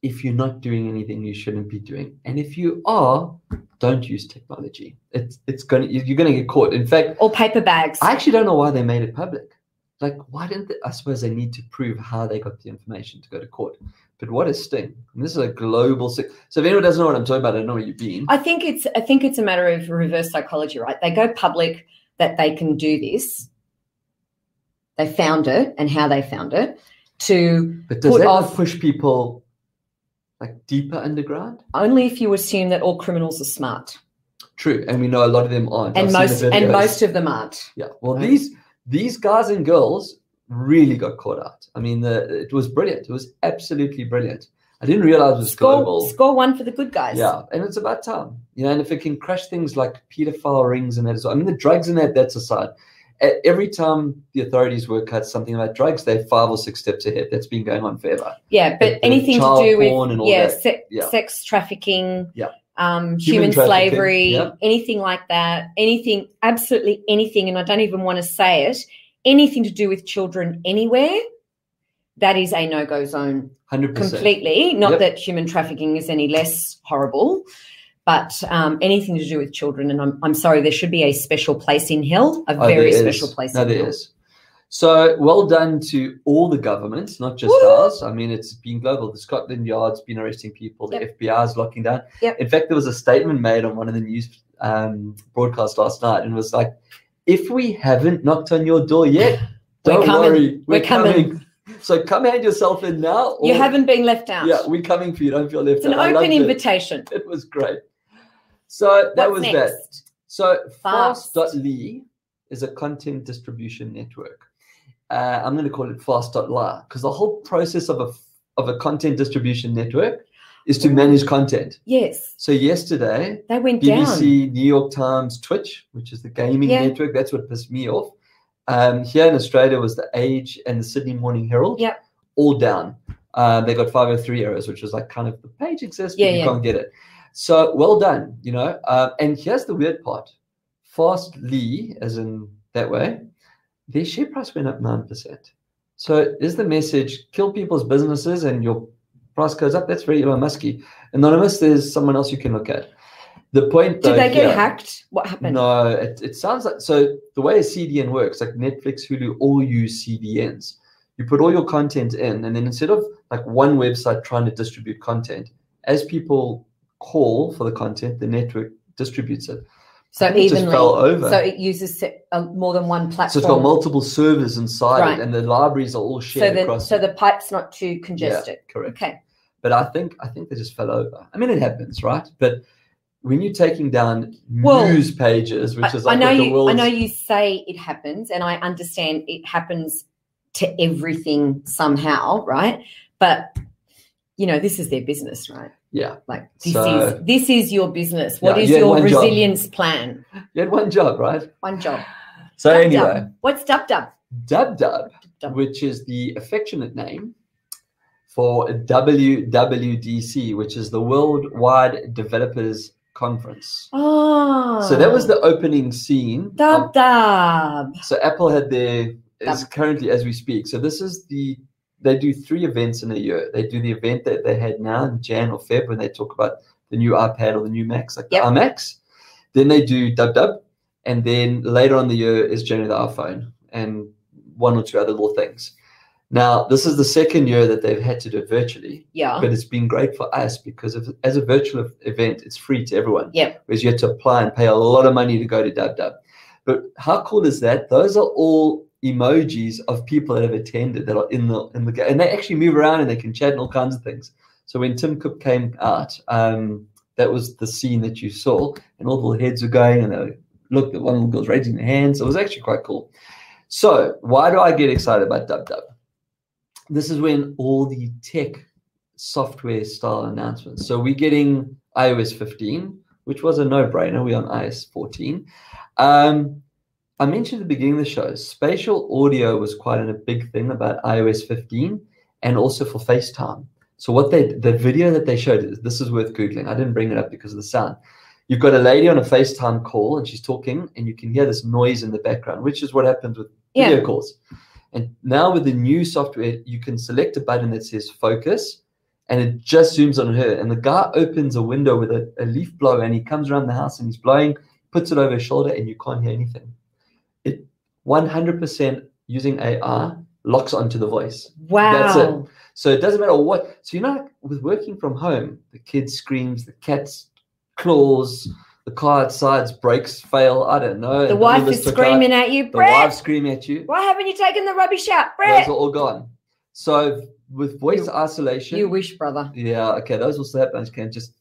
Speaker 1: if you're not doing anything you shouldn't be doing. And if you are, don't use technology. It's it's gonna you're gonna get caught. In fact,
Speaker 2: or paper bags.
Speaker 1: I actually don't know why they made it public. Like, why didn't they, I suppose they need to prove how they got the information to go to court? But what is Sting? And this is a global Sting. So if anyone doesn't know what I'm talking about, I don't know where you've been.
Speaker 2: I think it's I think it's a matter of reverse psychology, right? They go public that they can do this. They found it and how they found it to
Speaker 1: But does
Speaker 2: put
Speaker 1: that not
Speaker 2: off-
Speaker 1: push people like deeper underground?
Speaker 2: only if you assume that all criminals are smart.
Speaker 1: True, and we know a lot of them aren't.
Speaker 2: And
Speaker 1: I've
Speaker 2: most
Speaker 1: seen the
Speaker 2: and
Speaker 1: videos.
Speaker 2: most of them aren't.
Speaker 1: Yeah. Well,
Speaker 2: Right.
Speaker 1: these these guys and girls really got caught out. I mean, the, it was brilliant. It was absolutely brilliant. I didn't realize it was
Speaker 2: Score,
Speaker 1: global.
Speaker 2: score one for the good guys.
Speaker 1: Yeah, and it's about time. You know, and if it can crush things like pedophile rings and that as well. I mean, the drugs and that, that's aside. E- Every time the authorities work out something about drugs, they're five or six steps ahead. That's been going on forever.
Speaker 2: Yeah, but
Speaker 1: And
Speaker 2: anything to
Speaker 1: child
Speaker 2: do
Speaker 1: porn and
Speaker 2: with
Speaker 1: all
Speaker 2: yeah,
Speaker 1: that.
Speaker 2: se-
Speaker 1: Yeah.
Speaker 2: sex trafficking,
Speaker 1: Yeah. Human
Speaker 2: um, human,
Speaker 1: trafficking,
Speaker 2: slavery,
Speaker 1: yeah.
Speaker 2: anything like that, anything, absolutely anything, and I don't even want to say it, anything to do with children anywhere, that is a no go zone
Speaker 1: 100%.
Speaker 2: completely. Not
Speaker 1: Yep.
Speaker 2: that human trafficking is any less horrible, but um, anything to do with children, and I'm, I'm sorry, there should be a special place in hell, a
Speaker 1: Oh, there
Speaker 2: very
Speaker 1: is.
Speaker 2: special place
Speaker 1: No,
Speaker 2: in
Speaker 1: there
Speaker 2: hell.
Speaker 1: is. So well done to all the governments, not just
Speaker 2: Woo!
Speaker 1: ours. I mean, it's been global. The Scotland Yard's been arresting people. The FBI is locking down.
Speaker 2: Yep.
Speaker 1: In fact, there was a statement made on one of the news um, broadcasts last night, and it was like, "If we haven't knocked on your door yet,
Speaker 2: We're
Speaker 1: don't
Speaker 2: coming.
Speaker 1: worry,
Speaker 2: We're coming."
Speaker 1: So come hand yourself in now. or-
Speaker 2: You haven't been left out.
Speaker 1: Yeah, we're coming for you. Don't feel left
Speaker 2: it's an
Speaker 1: out. I
Speaker 2: open
Speaker 1: loved it.
Speaker 2: invitation.
Speaker 1: It was great. So that
Speaker 2: What's
Speaker 1: was that.
Speaker 2: next?
Speaker 1: So
Speaker 2: Fast.
Speaker 1: fast.ly is a content distribution network. Uh, I'm going to call it fast.ly because the whole process of a of a content distribution network is to manage content.
Speaker 2: Yes,
Speaker 1: So yesterday,
Speaker 2: they went down.
Speaker 1: BBC, New York Times, Twitch, which is the gaming
Speaker 2: Yeah.
Speaker 1: network, that's what pissed me off. Um, here in Australia was the Age and the Sydney Morning Herald.
Speaker 2: Yep.
Speaker 1: All down. Uh, they got 503 errors, which was like kind of the page exists, but
Speaker 2: Yeah,
Speaker 1: you
Speaker 2: yeah.
Speaker 1: can't get it. So well done, you know. Uh, and here's the weird part. Fastly, as in that way, their share price went up 9%. So is the message kill people's businesses and your price goes up? That's very Elon Musky. Anonymous, there's someone else you can look at. The point though,
Speaker 2: Did they get
Speaker 1: here-
Speaker 2: hacked? What happened?
Speaker 1: No, it, it sounds like so the way a CDN works, like Netflix, Hulu, all use CDNs. You put all your content in, and then instead of like one website trying to distribute content, as people call for the content, the network distributes it.
Speaker 2: So
Speaker 1: I think it just
Speaker 2: evenly.
Speaker 1: fell over.
Speaker 2: So it uses se- uh, more than one platform.
Speaker 1: So it's got multiple servers inside
Speaker 2: Right.
Speaker 1: it, and the libraries are all
Speaker 2: So
Speaker 1: shared
Speaker 2: the,
Speaker 1: across.
Speaker 2: so
Speaker 1: it.
Speaker 2: the pipe's not too congested.
Speaker 1: correct.
Speaker 2: Okay.
Speaker 1: But I think I think they just fell over. I mean, it happens, right? But when you're taking down
Speaker 2: Well,
Speaker 1: news pages, which
Speaker 2: I,
Speaker 1: is
Speaker 2: I
Speaker 1: like
Speaker 2: know
Speaker 1: what the
Speaker 2: you. I
Speaker 1: world's-
Speaker 2: know you say it happens, and I understand it happens to everything somehow, right? But you know, this is their business, right?
Speaker 1: yeah,
Speaker 2: Like this
Speaker 1: So-
Speaker 2: is this is your business. What
Speaker 1: Yeah,
Speaker 2: is
Speaker 1: you had
Speaker 2: your
Speaker 1: one job.
Speaker 2: resilience plan?
Speaker 1: you had one job, right?
Speaker 2: One job.
Speaker 1: So
Speaker 2: Dub
Speaker 1: anyway,
Speaker 2: Dub. what's dub dub?
Speaker 1: Dub Dub,
Speaker 2: Dub.
Speaker 1: which is the affectionate name for WWDC, which is the Worldwide Developers Conference.
Speaker 2: Oh,
Speaker 1: So that was the opening scene.
Speaker 2: dub dub.
Speaker 1: Um, so Apple had their is
Speaker 2: Dub.
Speaker 1: currently as we speak. So this is the they do three events in a year. They do the event that they had now in Jan or Feb when they talk about the new iPad or the new Macs, like
Speaker 2: Yep.
Speaker 1: the iMacs. Then they do Dub Dub, and then later on in the year is generally the iPhone and one or two other little things. Now, this is the second year that they've had to do it virtually,
Speaker 2: Yeah.
Speaker 1: but it's been great for us because if, as a virtual event, it's free to everyone.
Speaker 2: Yep.
Speaker 1: Whereas you had to apply and pay a lot of money to go to Dub Dub. But how cool is that? Those are all emojis of people that have attended that are in the in the ga- and they actually move around and they can chat and all kinds of things. So when Tim Cook came out, um, that was the scene that you saw, and all the little heads were going, and they were, look, the one little girl's raising their hands. It was actually quite cool. So why do I get excited about Dub Dub? This is when all the tech software style announcements. So we're getting iOS 15, which was a no-brainer. We're on iOS 14. Um, I mentioned at the beginning of the show, spatial audio was quite a big thing about iOS 15 and also for FaceTime. So what they the video that they showed this is worth googling. I didn't bring it up because of the sound. You've got a lady on a FaceTime call and she's talking and you can hear this noise in the background, which is what happens with
Speaker 2: Yeah.
Speaker 1: video calls. And now with the new software, you can select a button that says focus and it just zooms on her. And the guy opens a window with a, a leaf blower and he comes around the house and he's blowing, puts it over his shoulder, and you can't hear anything. It 100% using AI locks onto the voice.
Speaker 2: Wow.
Speaker 1: That's it. So it doesn't matter what. So you know, like with working from home, the kid screams, the cat's claws, the car outside's brakes fail. I don't know.
Speaker 2: The wife is screaming at you,
Speaker 1: Out, the wife
Speaker 2: Brett.
Speaker 1: screaming at you.
Speaker 2: Why haven't you taken the rubbish out,
Speaker 1: Those
Speaker 2: Brett?
Speaker 1: are all gone. So with voice isolation,
Speaker 2: You wish, brother.
Speaker 1: yeah, okay, those will still happen. I can just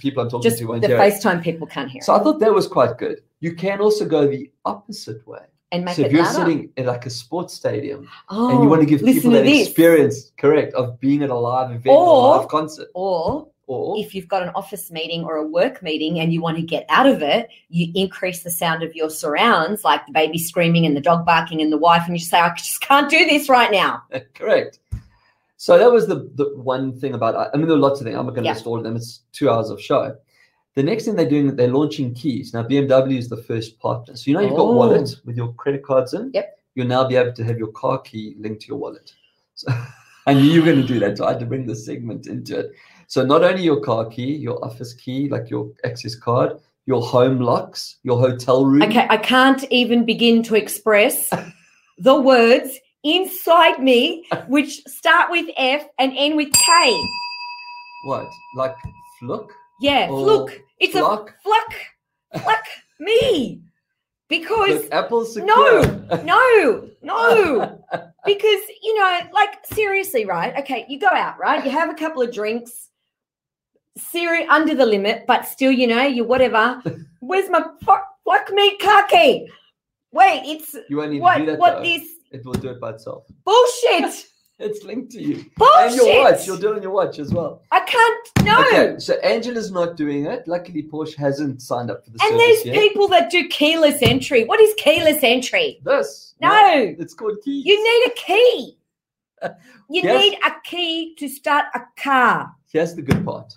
Speaker 1: people I'm talking
Speaker 2: Just
Speaker 1: to
Speaker 2: the
Speaker 1: won't hear. it.
Speaker 2: FaceTime people can't hear
Speaker 1: So I thought that was quite good. You can also go the opposite way.
Speaker 2: it. and make
Speaker 1: so if
Speaker 2: it
Speaker 1: you're
Speaker 2: louder.
Speaker 1: sitting at like a sports stadium
Speaker 2: oh,
Speaker 1: and you want to give
Speaker 2: listen
Speaker 1: people
Speaker 2: to
Speaker 1: that
Speaker 2: this.
Speaker 1: experience, correct, of being at a live event
Speaker 2: Or-
Speaker 1: or a live concert.
Speaker 2: Or
Speaker 1: Or
Speaker 2: if you've got an office meeting or a work meeting and you want to get out of it, you increase the sound of your surrounds, like the baby screaming and the dog barking and the wife, and you say, I just can't do this right now.
Speaker 1: correct. So that was the, the one thing about I mean there are lots of things. I'm not gonna
Speaker 2: Yeah.
Speaker 1: list all of them. It's two hours of show. The next thing they're doing, they're launching keys. Now BMW is the first partner. So you know you've got
Speaker 2: Oh.
Speaker 1: wallet with your credit cards in.
Speaker 2: Yep.
Speaker 1: You'll now be able to have your car key linked to your wallet. So I knew you were gonna do that, so I had to bring this segment into it. So not only your car key, your office key, like your access card, your home locks, your hotel room.
Speaker 2: Okay, I can't even begin to express the words inside me, which start with F and end with K.
Speaker 1: What? Like fluck?
Speaker 2: Yeah,
Speaker 1: Oh,
Speaker 2: fluke. It's
Speaker 1: Fluck?
Speaker 2: a fluck, fluck me. Because
Speaker 1: Look, Apple's secure.
Speaker 2: No. no, no. Because, you know, like seriously, right? Okay, you go out, right? You have a couple of drinks, seri- under the limit, but still, you know, you whatever. Where's my fuck, fuck me khaki? Wait, it's
Speaker 1: You won't need to
Speaker 2: what
Speaker 1: do that.
Speaker 2: what
Speaker 1: though.
Speaker 2: this
Speaker 1: It will do it by itself.
Speaker 2: bullshit.
Speaker 1: It's linked to you. And your watch. You'll
Speaker 2: Bullshit.
Speaker 1: do it on your watch as well.
Speaker 2: I can't Oh, no.
Speaker 1: Okay, so Angela's not doing it. Luckily, Porsche hasn't signed up for the
Speaker 2: And
Speaker 1: service
Speaker 2: there's
Speaker 1: yet.
Speaker 2: people that do keyless entry. What is keyless entry?
Speaker 1: This.
Speaker 2: No.
Speaker 1: It's called keys.
Speaker 2: You need a key. You
Speaker 1: Yes.
Speaker 2: need a key to start a car.
Speaker 1: Here's the good part.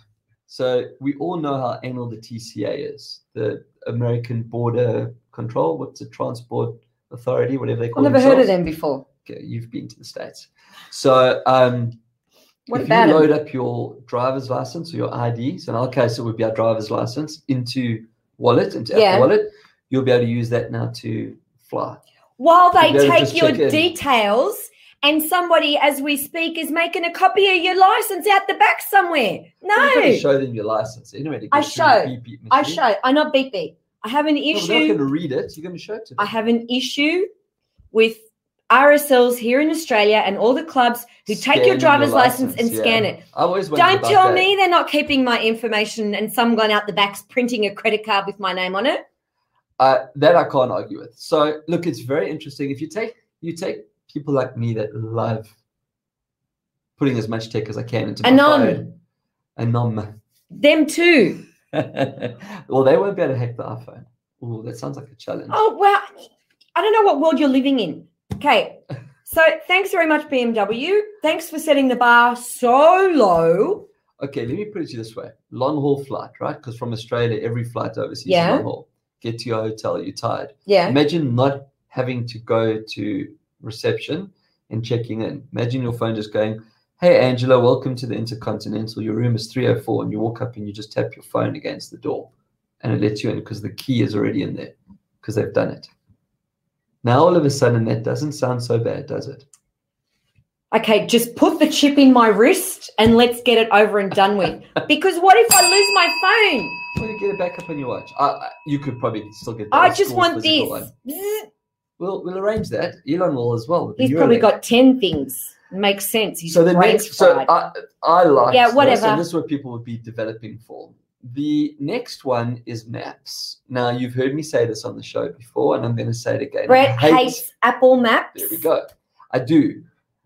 Speaker 1: So we all know how anal the TCA is, the American Border Control. What's the Transport Authority? Whatever they call it.
Speaker 2: them before.
Speaker 1: Okay, you've been to the states. So um,
Speaker 2: What
Speaker 1: if
Speaker 2: about
Speaker 1: you
Speaker 2: it?
Speaker 1: load up your driver's license or your ID, so in our case, it would be our driver's license into wallet, into
Speaker 2: Yeah.
Speaker 1: Apple Wallet, you'll be able to use that now to fly.
Speaker 2: While they
Speaker 1: They'll
Speaker 2: take
Speaker 1: just
Speaker 2: your
Speaker 1: check in.
Speaker 2: details, and somebody, as we speak, is making a copy of your license out the back somewhere.
Speaker 1: You've got to
Speaker 2: No,
Speaker 1: show them your license anyway. to
Speaker 2: I
Speaker 1: get through the
Speaker 2: show.
Speaker 1: beep, beep
Speaker 2: I
Speaker 1: machine.
Speaker 2: show. I not beep beep. I have an
Speaker 1: No, They're not going
Speaker 2: issue.
Speaker 1: to read it. You're going to show it to them.
Speaker 2: I have an issue with RSLs here in Australia and all the clubs who take
Speaker 1: Scanning
Speaker 2: your driver's license, and
Speaker 1: yeah.
Speaker 2: scan it.
Speaker 1: I always wondered
Speaker 2: Don't
Speaker 1: about
Speaker 2: tell
Speaker 1: that.
Speaker 2: me they're not keeping my information and some gone out the back's printing a credit card with my name on it.
Speaker 1: uh, that I can't argue with. So look, it's very interesting. If you take you take people like me that love putting as much tech as I can into my
Speaker 2: Anon.
Speaker 1: phone,
Speaker 2: Them too.
Speaker 1: anom. well, they won't be able to hack the iPhone. Oh, that sounds like a challenge.
Speaker 2: Oh, well, I don't know what world you're living in. Okay. So thanks very much, BMW. Thanks for setting the bar so low.
Speaker 1: Okay, let me put it to you this way: long haul flight, right? Because from Australia, every flight overseas
Speaker 2: Yeah.
Speaker 1: is long haul. Get to your hotel, you're tired.
Speaker 2: Yeah.
Speaker 1: Imagine not having to go to reception and checking in. Imagine your phone just going, Hey, Angela, welcome to the Intercontinental. Your room is 304. And you walk up and you just tap your phone against the door and it lets you in because the key is already in there because they've done it. Now, all of a sudden, that doesn't sound so bad, does it?
Speaker 2: Okay, just put the chip in my wrist and let's get it over and done with. Because what if I lose my phone?
Speaker 1: Well, you get it back up on your watch. I, I, you could probably still get that
Speaker 2: I
Speaker 1: at
Speaker 2: just
Speaker 1: school
Speaker 2: want
Speaker 1: physical
Speaker 2: this.
Speaker 1: one.
Speaker 2: Zzz.
Speaker 1: We'll, we'll arrange that. Elon will as well. with the
Speaker 2: He's probably
Speaker 1: Neuralink.
Speaker 2: got 10 things. Makes sense. He's
Speaker 1: so the next so I, I like
Speaker 2: Yeah,
Speaker 1: this,
Speaker 2: whatever.
Speaker 1: and this is what people would be developing for the next one is maps now you've heard me say this on the show before and i'm going to say it again
Speaker 2: Brett
Speaker 1: I hate-
Speaker 2: hates Apple Maps.
Speaker 1: there we go i do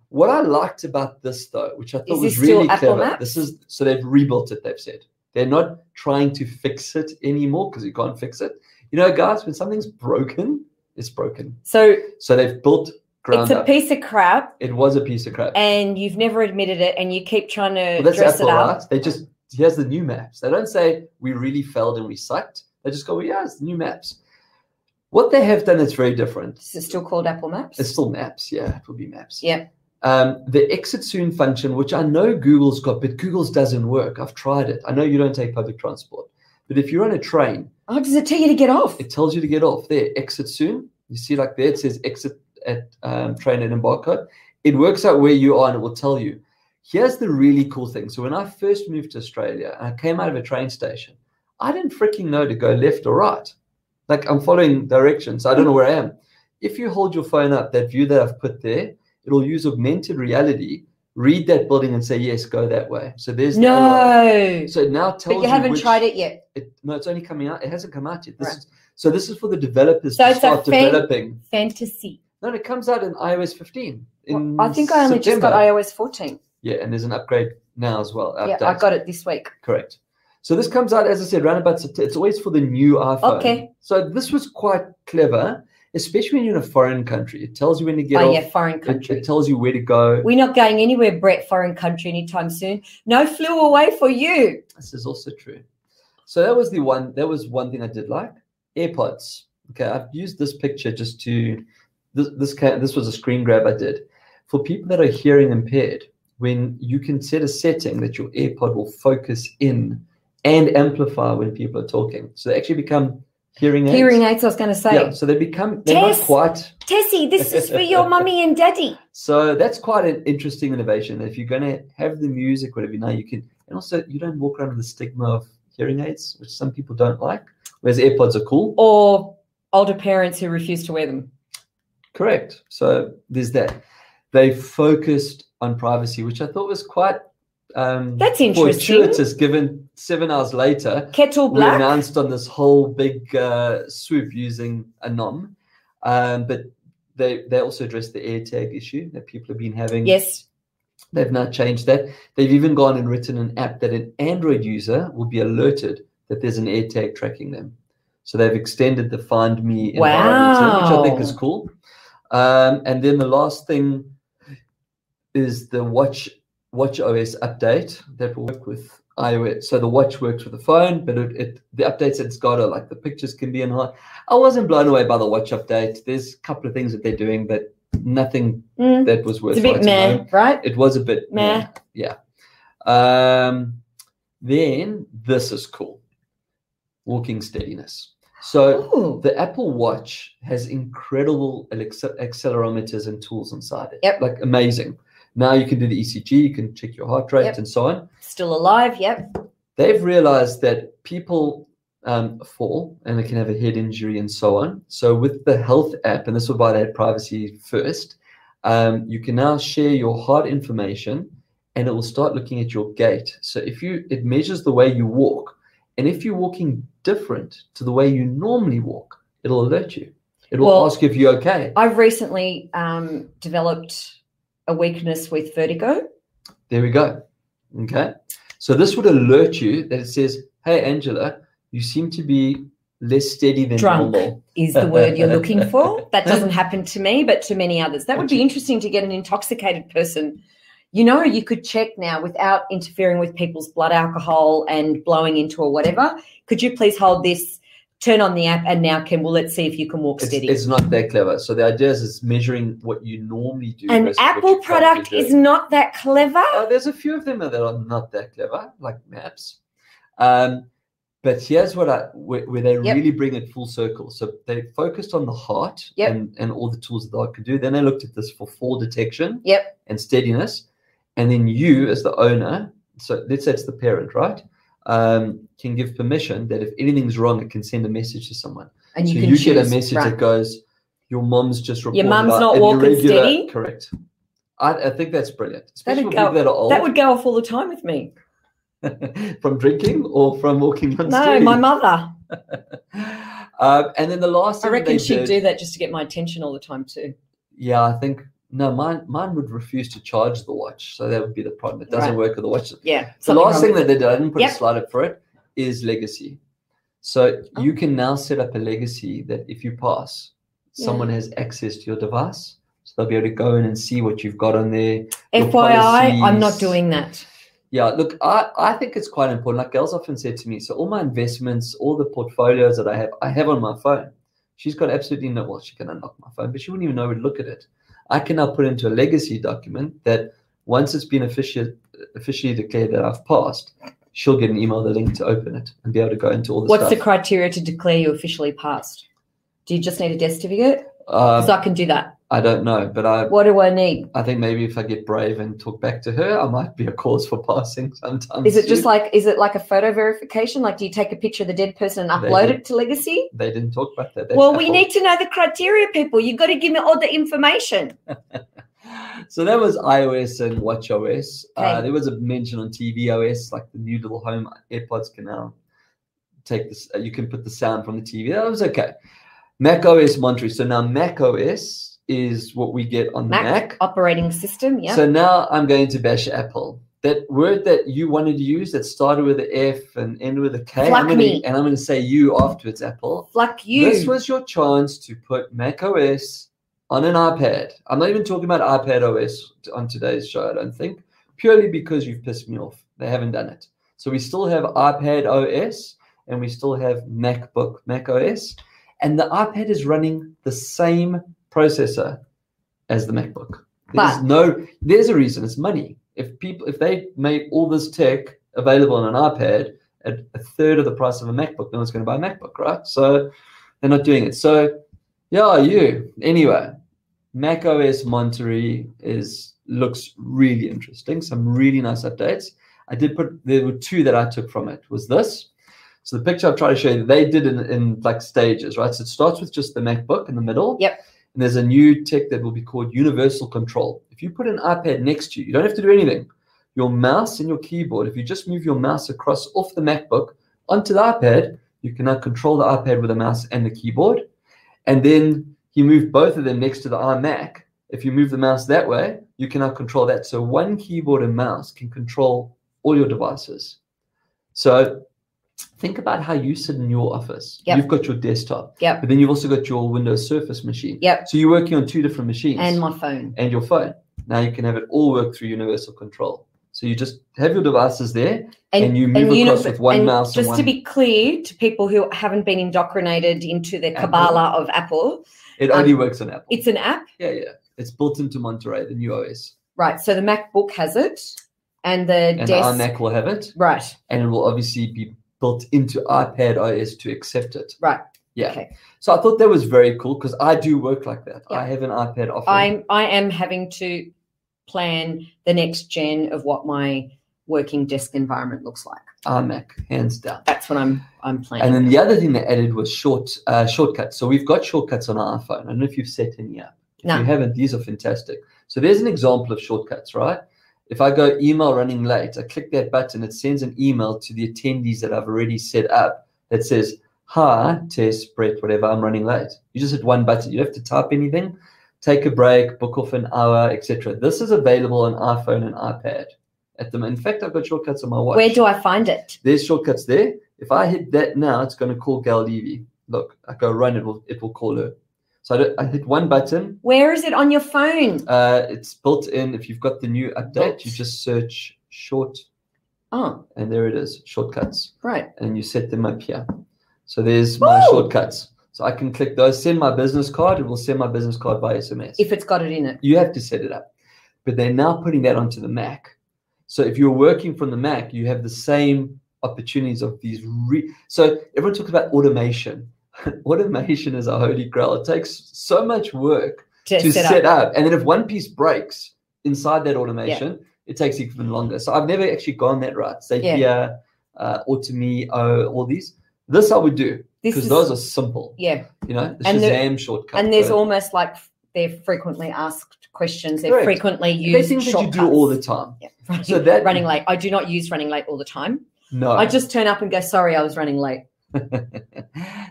Speaker 1: what i liked about this though which i thought
Speaker 2: Is
Speaker 1: was
Speaker 2: this still
Speaker 1: really
Speaker 2: Apple
Speaker 1: clever
Speaker 2: Maps?
Speaker 1: this is so they've rebuilt it they've said they're not trying to fix it anymore because you can't fix it you know guys when something's broken it's broken
Speaker 2: So
Speaker 1: so they've built ground
Speaker 2: it's a
Speaker 1: up
Speaker 2: piece of crap
Speaker 1: it was a piece of crap
Speaker 2: and you've never admitted it and you keep trying to
Speaker 1: Well, that's
Speaker 2: dress
Speaker 1: Apple,
Speaker 2: it up.
Speaker 1: right? They just here's the new maps. They don't say we really failed and we sucked. They just go, well, yeah, it's the new maps. What they have done is very different.
Speaker 2: Is it still called Apple Maps?
Speaker 1: It's still maps, yeah. It will be maps.
Speaker 2: Yep.
Speaker 1: Um, the exit soon function, which I know Google's got, but Google's doesn't work. I've tried it. I know you don't take public transport, but if you're on a train,
Speaker 2: Oh, does it tell you to get off?
Speaker 1: it tells you to get off there. Exit soon. You see, like there, it says exit at um, train and embark code. it works out where you are and it will tell you. Here's the really cool thing. So when I first moved to Australia and I came out of a train station, I didn't freaking know to go left or right. Like I'm following directions. I don't know where I am. If you hold your phone up, that view that I've put there, it'll use augmented reality, read that building and say, yes, go that way. So there's the arrow.
Speaker 2: No.
Speaker 1: So it now tells
Speaker 2: But you haven't
Speaker 1: which-
Speaker 2: tried it yet.
Speaker 1: it- no, it's only coming out. It hasn't come out yet. This
Speaker 2: Right.
Speaker 1: is, so this is for the developers
Speaker 2: So
Speaker 1: to
Speaker 2: it's a
Speaker 1: start
Speaker 2: fan-
Speaker 1: developing.
Speaker 2: Fantasy.
Speaker 1: No, it comes out in iOS 15. In
Speaker 2: Well, I think I only just got
Speaker 1: September.
Speaker 2: iOS 14.
Speaker 1: Yeah, and there's an upgrade now as well.
Speaker 2: Yeah, I
Speaker 1: update.
Speaker 2: got it this week.
Speaker 1: Correct. So this comes out, as I said, round about September. It's always for the new iPhone.
Speaker 2: Okay.
Speaker 1: So this was quite clever, especially when you're in a foreign country. It tells you when to get
Speaker 2: oh,
Speaker 1: off.
Speaker 2: yeah, foreign
Speaker 1: It,
Speaker 2: country.
Speaker 1: it tells you where to go.
Speaker 2: We're not going anywhere, Brett, foreign country anytime soon. No flew away for you.
Speaker 1: This is also true. So that was the one. That was one thing I did like AirPods. Okay, I've used this picture just to this this ca- this was a screen grab I did for people that are hearing impaired. When you can set a setting that your AirPod will focus in and amplify when people are talking, so they actually become hearing aids.
Speaker 2: Hearing aids, I was going to say.
Speaker 1: Yeah, so they become they're
Speaker 2: Tess.
Speaker 1: not quite.
Speaker 2: Tessie, this is for your mummy and daddy.
Speaker 1: So that's quite an interesting innovation. If you're going to have the music, whatever you know, you can. And also, you don't walk around with the stigma of hearing aids, which some people don't like, whereas AirPods are cool.
Speaker 2: Or older parents who refuse to wear them.
Speaker 1: Correct. So there's that. They focused on privacy, which I thought was quite um,
Speaker 2: That's interesting.
Speaker 1: fortuitous given seven hours later
Speaker 2: Kettle
Speaker 1: we
Speaker 2: black.
Speaker 1: announced on this whole big uh, swoop using a nom, um, but they they also addressed the AirTag issue that people have been having.
Speaker 2: Yes.
Speaker 1: They've now changed that. They've even gone and written an app that an Android user will be alerted that there's an AirTag tracking them. So they've extended the Find Me environment, to it, which I think
Speaker 2: Wow.
Speaker 1: is cool. Um, and then the last thing is the Watch Watch OS update that will work with iOS. So the Watch works with the phone, but it, it the updates it's got are like the pictures can be enhanced. I wasn't blown away by the Watch update. There's a couple of things that they're doing, but nothing
Speaker 2: Mm,
Speaker 1: that was worth
Speaker 2: it's a bit meh, right?
Speaker 1: it was a bit
Speaker 2: Meh.
Speaker 1: Yeah. Um, then this is cool. Walking steadiness. So
Speaker 2: Ooh.
Speaker 1: the Apple Watch has incredible elec- accelerometers and tools inside it.
Speaker 2: Yep.
Speaker 1: Like amazing. Now you can do the ECG, you can check your heart rate
Speaker 2: Yep.
Speaker 1: and so on.
Speaker 2: Still alive, yep.
Speaker 1: They've realized that people um, fall and they can have a head injury and so on. So with the health app, and this was why they had privacy first, um, you can now share your heart information and it will start looking at your gait. So if you it measures the way you walk, and if you're walking different to the way you normally walk, it'll alert you. It will
Speaker 2: Well-
Speaker 1: ask you if you're okay.
Speaker 2: I've recently um, developed a weakness with vertigo.
Speaker 1: There we go. Okay. So this would alert you that it says, Hey Angela, you seem to be less steady than
Speaker 2: Drunk.
Speaker 1: normal.
Speaker 2: Is the word you're looking for? That doesn't happen to me, but to many others. That would
Speaker 1: Would you-
Speaker 2: be interesting to get an intoxicated person. You know, you could check now without interfering with people's blood alcohol and blowing into or whatever. Could you please hold this, turn on the app, and now can well let's see if you can walk
Speaker 1: It's,
Speaker 2: steady.
Speaker 1: it's not that clever. So the idea is it's measuring what you normally do.
Speaker 2: An
Speaker 1: versus what
Speaker 2: Apple
Speaker 1: you currently
Speaker 2: product
Speaker 1: do.
Speaker 2: is not that clever.
Speaker 1: Uh, there's a few of them that are not that clever, like maps. Um, but here's what I where, where they
Speaker 2: Yep.
Speaker 1: really bring it full circle. So they focused on the heart
Speaker 2: Yep.
Speaker 1: and, and all the tools that the heart could do. Then they looked at this for fall detection
Speaker 2: Yep.
Speaker 1: and steadiness. And then you, as the owner, so let's say it's the parent, right? Um, can give permission that if anything's wrong, it can send a message to someone.
Speaker 2: And you
Speaker 1: so
Speaker 2: can
Speaker 1: you
Speaker 2: choose,
Speaker 1: get a message
Speaker 2: right.
Speaker 1: that goes, Your mom's just reported
Speaker 2: mum's
Speaker 1: out
Speaker 2: not
Speaker 1: an
Speaker 2: walking
Speaker 1: irregular-"
Speaker 2: steady?
Speaker 1: Correct. I, I think that's brilliant. Especially for
Speaker 2: That'd go-
Speaker 1: people that are old
Speaker 2: That would go off all the time with me.
Speaker 1: from drinking or from walking on
Speaker 2: No,
Speaker 1: steady?
Speaker 2: my mother.
Speaker 1: Um, and then the last
Speaker 2: I
Speaker 1: thing
Speaker 2: reckon
Speaker 1: they
Speaker 2: she'd
Speaker 1: did,
Speaker 2: do that just to get my attention all the time too.
Speaker 1: Yeah, I think no, mine mine would refuse to charge the watch, so that would be the problem. It doesn't
Speaker 2: Right.
Speaker 1: work with the watch.
Speaker 2: Yeah.
Speaker 1: The
Speaker 2: something
Speaker 1: last
Speaker 2: wrong
Speaker 1: thing that
Speaker 2: with
Speaker 1: they did, I didn't put
Speaker 2: Yep.
Speaker 1: a slide up for it, is legacy. So
Speaker 2: Oh.
Speaker 1: you can now set up a legacy that if you pass, someone has access to your device, so they'll be able to go in and see what you've got on there.
Speaker 2: it.
Speaker 1: your
Speaker 2: FYI, I'm not
Speaker 1: policies.
Speaker 2: doing that.
Speaker 1: Yeah, look, I, I think it's quite important. Like girls often said to me, so all my investments, all the portfolios that I have, I have on my phone. She's got absolutely no, well, she can unlock my phone, but she wouldn't even know where to look at it. I can now put into a legacy document that once it's been officially, officially declared that I've passed, she'll get an email, the link to open it and be able to go into all the
Speaker 2: What's the
Speaker 1: stuff.
Speaker 2: criteria to declare you officially passed? Do you just need a death certificate?
Speaker 1: um,
Speaker 2: Because I can do that.
Speaker 1: I don't know, but I
Speaker 2: What do I need?
Speaker 1: I think maybe if I get brave and talk back to her, I might be a cause for passing sometimes.
Speaker 2: Is it
Speaker 1: soon.
Speaker 2: just like is it like a photo verification? Like do you take a picture of the dead person and
Speaker 1: They
Speaker 2: upload
Speaker 1: did.
Speaker 2: it to legacy?
Speaker 1: they didn't talk about that? That's
Speaker 2: Well, we
Speaker 1: Apple.
Speaker 2: need to know the criteria, people. You've got to give me all the information.
Speaker 1: So that was iOS and WatchOS. Uh,
Speaker 2: Okay.
Speaker 1: there was a mention on tvOS, like the new little home AirPods can now take this. uh, You can put the sound from the TV. That was okay. Mac OS Monterey. So now Mac OS is what we get on the
Speaker 2: Mac,
Speaker 1: Mac.
Speaker 2: operating system, yeah.
Speaker 1: So now I'm going to bash Apple. That word that you wanted to use that started with an F and ended with a K,
Speaker 2: Fuck
Speaker 1: I'm gonna,
Speaker 2: me.
Speaker 1: and I'm going to say you afterwards, Apple.
Speaker 2: Fuck you.
Speaker 1: This was your chance to put Mac OS on an iPad. I'm not even talking about iPad OS on today's show, I don't think, purely because you've pissed me off. They haven't done it. So we still have iPad OS and we still have MacBook Mac OS. And the iPad is running the same processor as the MacBook. There's
Speaker 2: But-
Speaker 1: no there's a reason, it's money. If people if they made all this tech available on an iPad at a third of the price of a MacBook, no one's gonna buy a MacBook, right? So they're not doing it. So yeah, you. Anyway, Mac OS Monterey is looks really interesting. Some really nice updates. I did put there were two that I took from it. Was this? So the picture I've tried to show you, they did in, in like stages, right? So it starts with just the MacBook in the middle.
Speaker 2: Yep.
Speaker 1: And there's a new tech that will be called Universal Control. If you put an iPad next to you, you don't have to do anything. Your mouse and your keyboard, if you just move your mouse across off the MacBook onto the iPad, you can now control the iPad with a mouse and the keyboard. And then you move both of them next to the iMac. If you move the mouse that way, you can now control that. So one keyboard and mouse can control all your devices. So think about how you sit in your office.
Speaker 2: Yep.
Speaker 1: You've got your desktop,
Speaker 2: Yep.
Speaker 1: but then you've also got your Windows Surface machine.
Speaker 2: Yep.
Speaker 1: So you're working on two different machines
Speaker 2: And my phone.
Speaker 1: and your phone. Now you can have it all work through universal control. So you just have your devices there and, you move
Speaker 2: uni-
Speaker 1: across with one
Speaker 2: and
Speaker 1: mouse
Speaker 2: Just
Speaker 1: and one
Speaker 2: to be clear to people who haven't been indoctrinated into the Kabbalah of Apple,
Speaker 1: it
Speaker 2: um,
Speaker 1: only works on Apple.
Speaker 2: it's an app,
Speaker 1: Yeah, yeah. It's built into Monterey, the new OS.
Speaker 2: right? So the MacBook has it, and the
Speaker 1: And
Speaker 2: desk,
Speaker 1: iMac will have it.
Speaker 2: right?
Speaker 1: and it will obviously be built into iPad OS to accept it.
Speaker 2: Right.
Speaker 1: Yeah.
Speaker 2: Okay.
Speaker 1: So I thought that was very cool because I do work like that.
Speaker 2: Yeah.
Speaker 1: I have an iPad often.
Speaker 2: I'm I am having to plan the next gen of what my working desk environment looks like.
Speaker 1: iMac, hands down.
Speaker 2: That's what I'm I'm
Speaker 1: And
Speaker 2: planning.
Speaker 1: then the other thing they added was short uh, shortcuts. So we've got shortcuts on our iPhone. I don't know if you've set any up. If
Speaker 2: No.
Speaker 1: you haven't, these are fantastic. So there's an example of shortcuts, right? If I go email running late, I click that button, it sends an email to the attendees that I've already set up that says, Hi, Tess, Brett, whatever, I'm running late. You just hit one button. You don't have to type anything, take a break, book off an hour, etc. This is available on iPhone and iPad. At the, in fact, I've got shortcuts on my watch
Speaker 2: Where do I find it?
Speaker 1: there's shortcuts there. If I hit that now, it's going to call Gal Levy. Look, I go run, it will it will call her. So I, don't, I hit one button.
Speaker 2: Where is it on your phone?
Speaker 1: Uh, it's built in. If you've got the new update, you
Speaker 2: Built.
Speaker 1: just search short,
Speaker 2: Oh,
Speaker 1: and there it is, shortcuts,
Speaker 2: right.
Speaker 1: and you set them up here. So there's my
Speaker 2: Woo!
Speaker 1: shortcuts. So I can click those. Send my business card. It will send my business card by SMS.
Speaker 2: If it's got it in it.
Speaker 1: you have to set it up. But they're now putting that onto the Mac. So if you're working from the Mac, you have the same opportunities of these. Re- so everyone talks about automation. automation is a holy grail. It takes so much work
Speaker 2: To,
Speaker 1: to
Speaker 2: set,
Speaker 1: set
Speaker 2: up.
Speaker 1: up. And then if one piece breaks inside that automation, it takes even longer. So I've never actually gone that route. Say
Speaker 2: Yeah.
Speaker 1: here, uh, Autome, oh, all these. This I would do
Speaker 2: This
Speaker 1: because
Speaker 2: is
Speaker 1: those are simple.
Speaker 2: yeah.
Speaker 1: You know, the
Speaker 2: And the-
Speaker 1: Shazam shortcut.
Speaker 2: And there's
Speaker 1: but-
Speaker 2: almost like they're frequently asked questions. They're
Speaker 1: Correct.
Speaker 2: frequently
Speaker 1: They
Speaker 2: used
Speaker 1: things that you
Speaker 2: shortcuts.
Speaker 1: do all the time.
Speaker 2: Yeah, running,
Speaker 1: So that-
Speaker 2: running late. I do not use running late all the time.
Speaker 1: No,
Speaker 2: I just turn up and go, sorry, I was running late.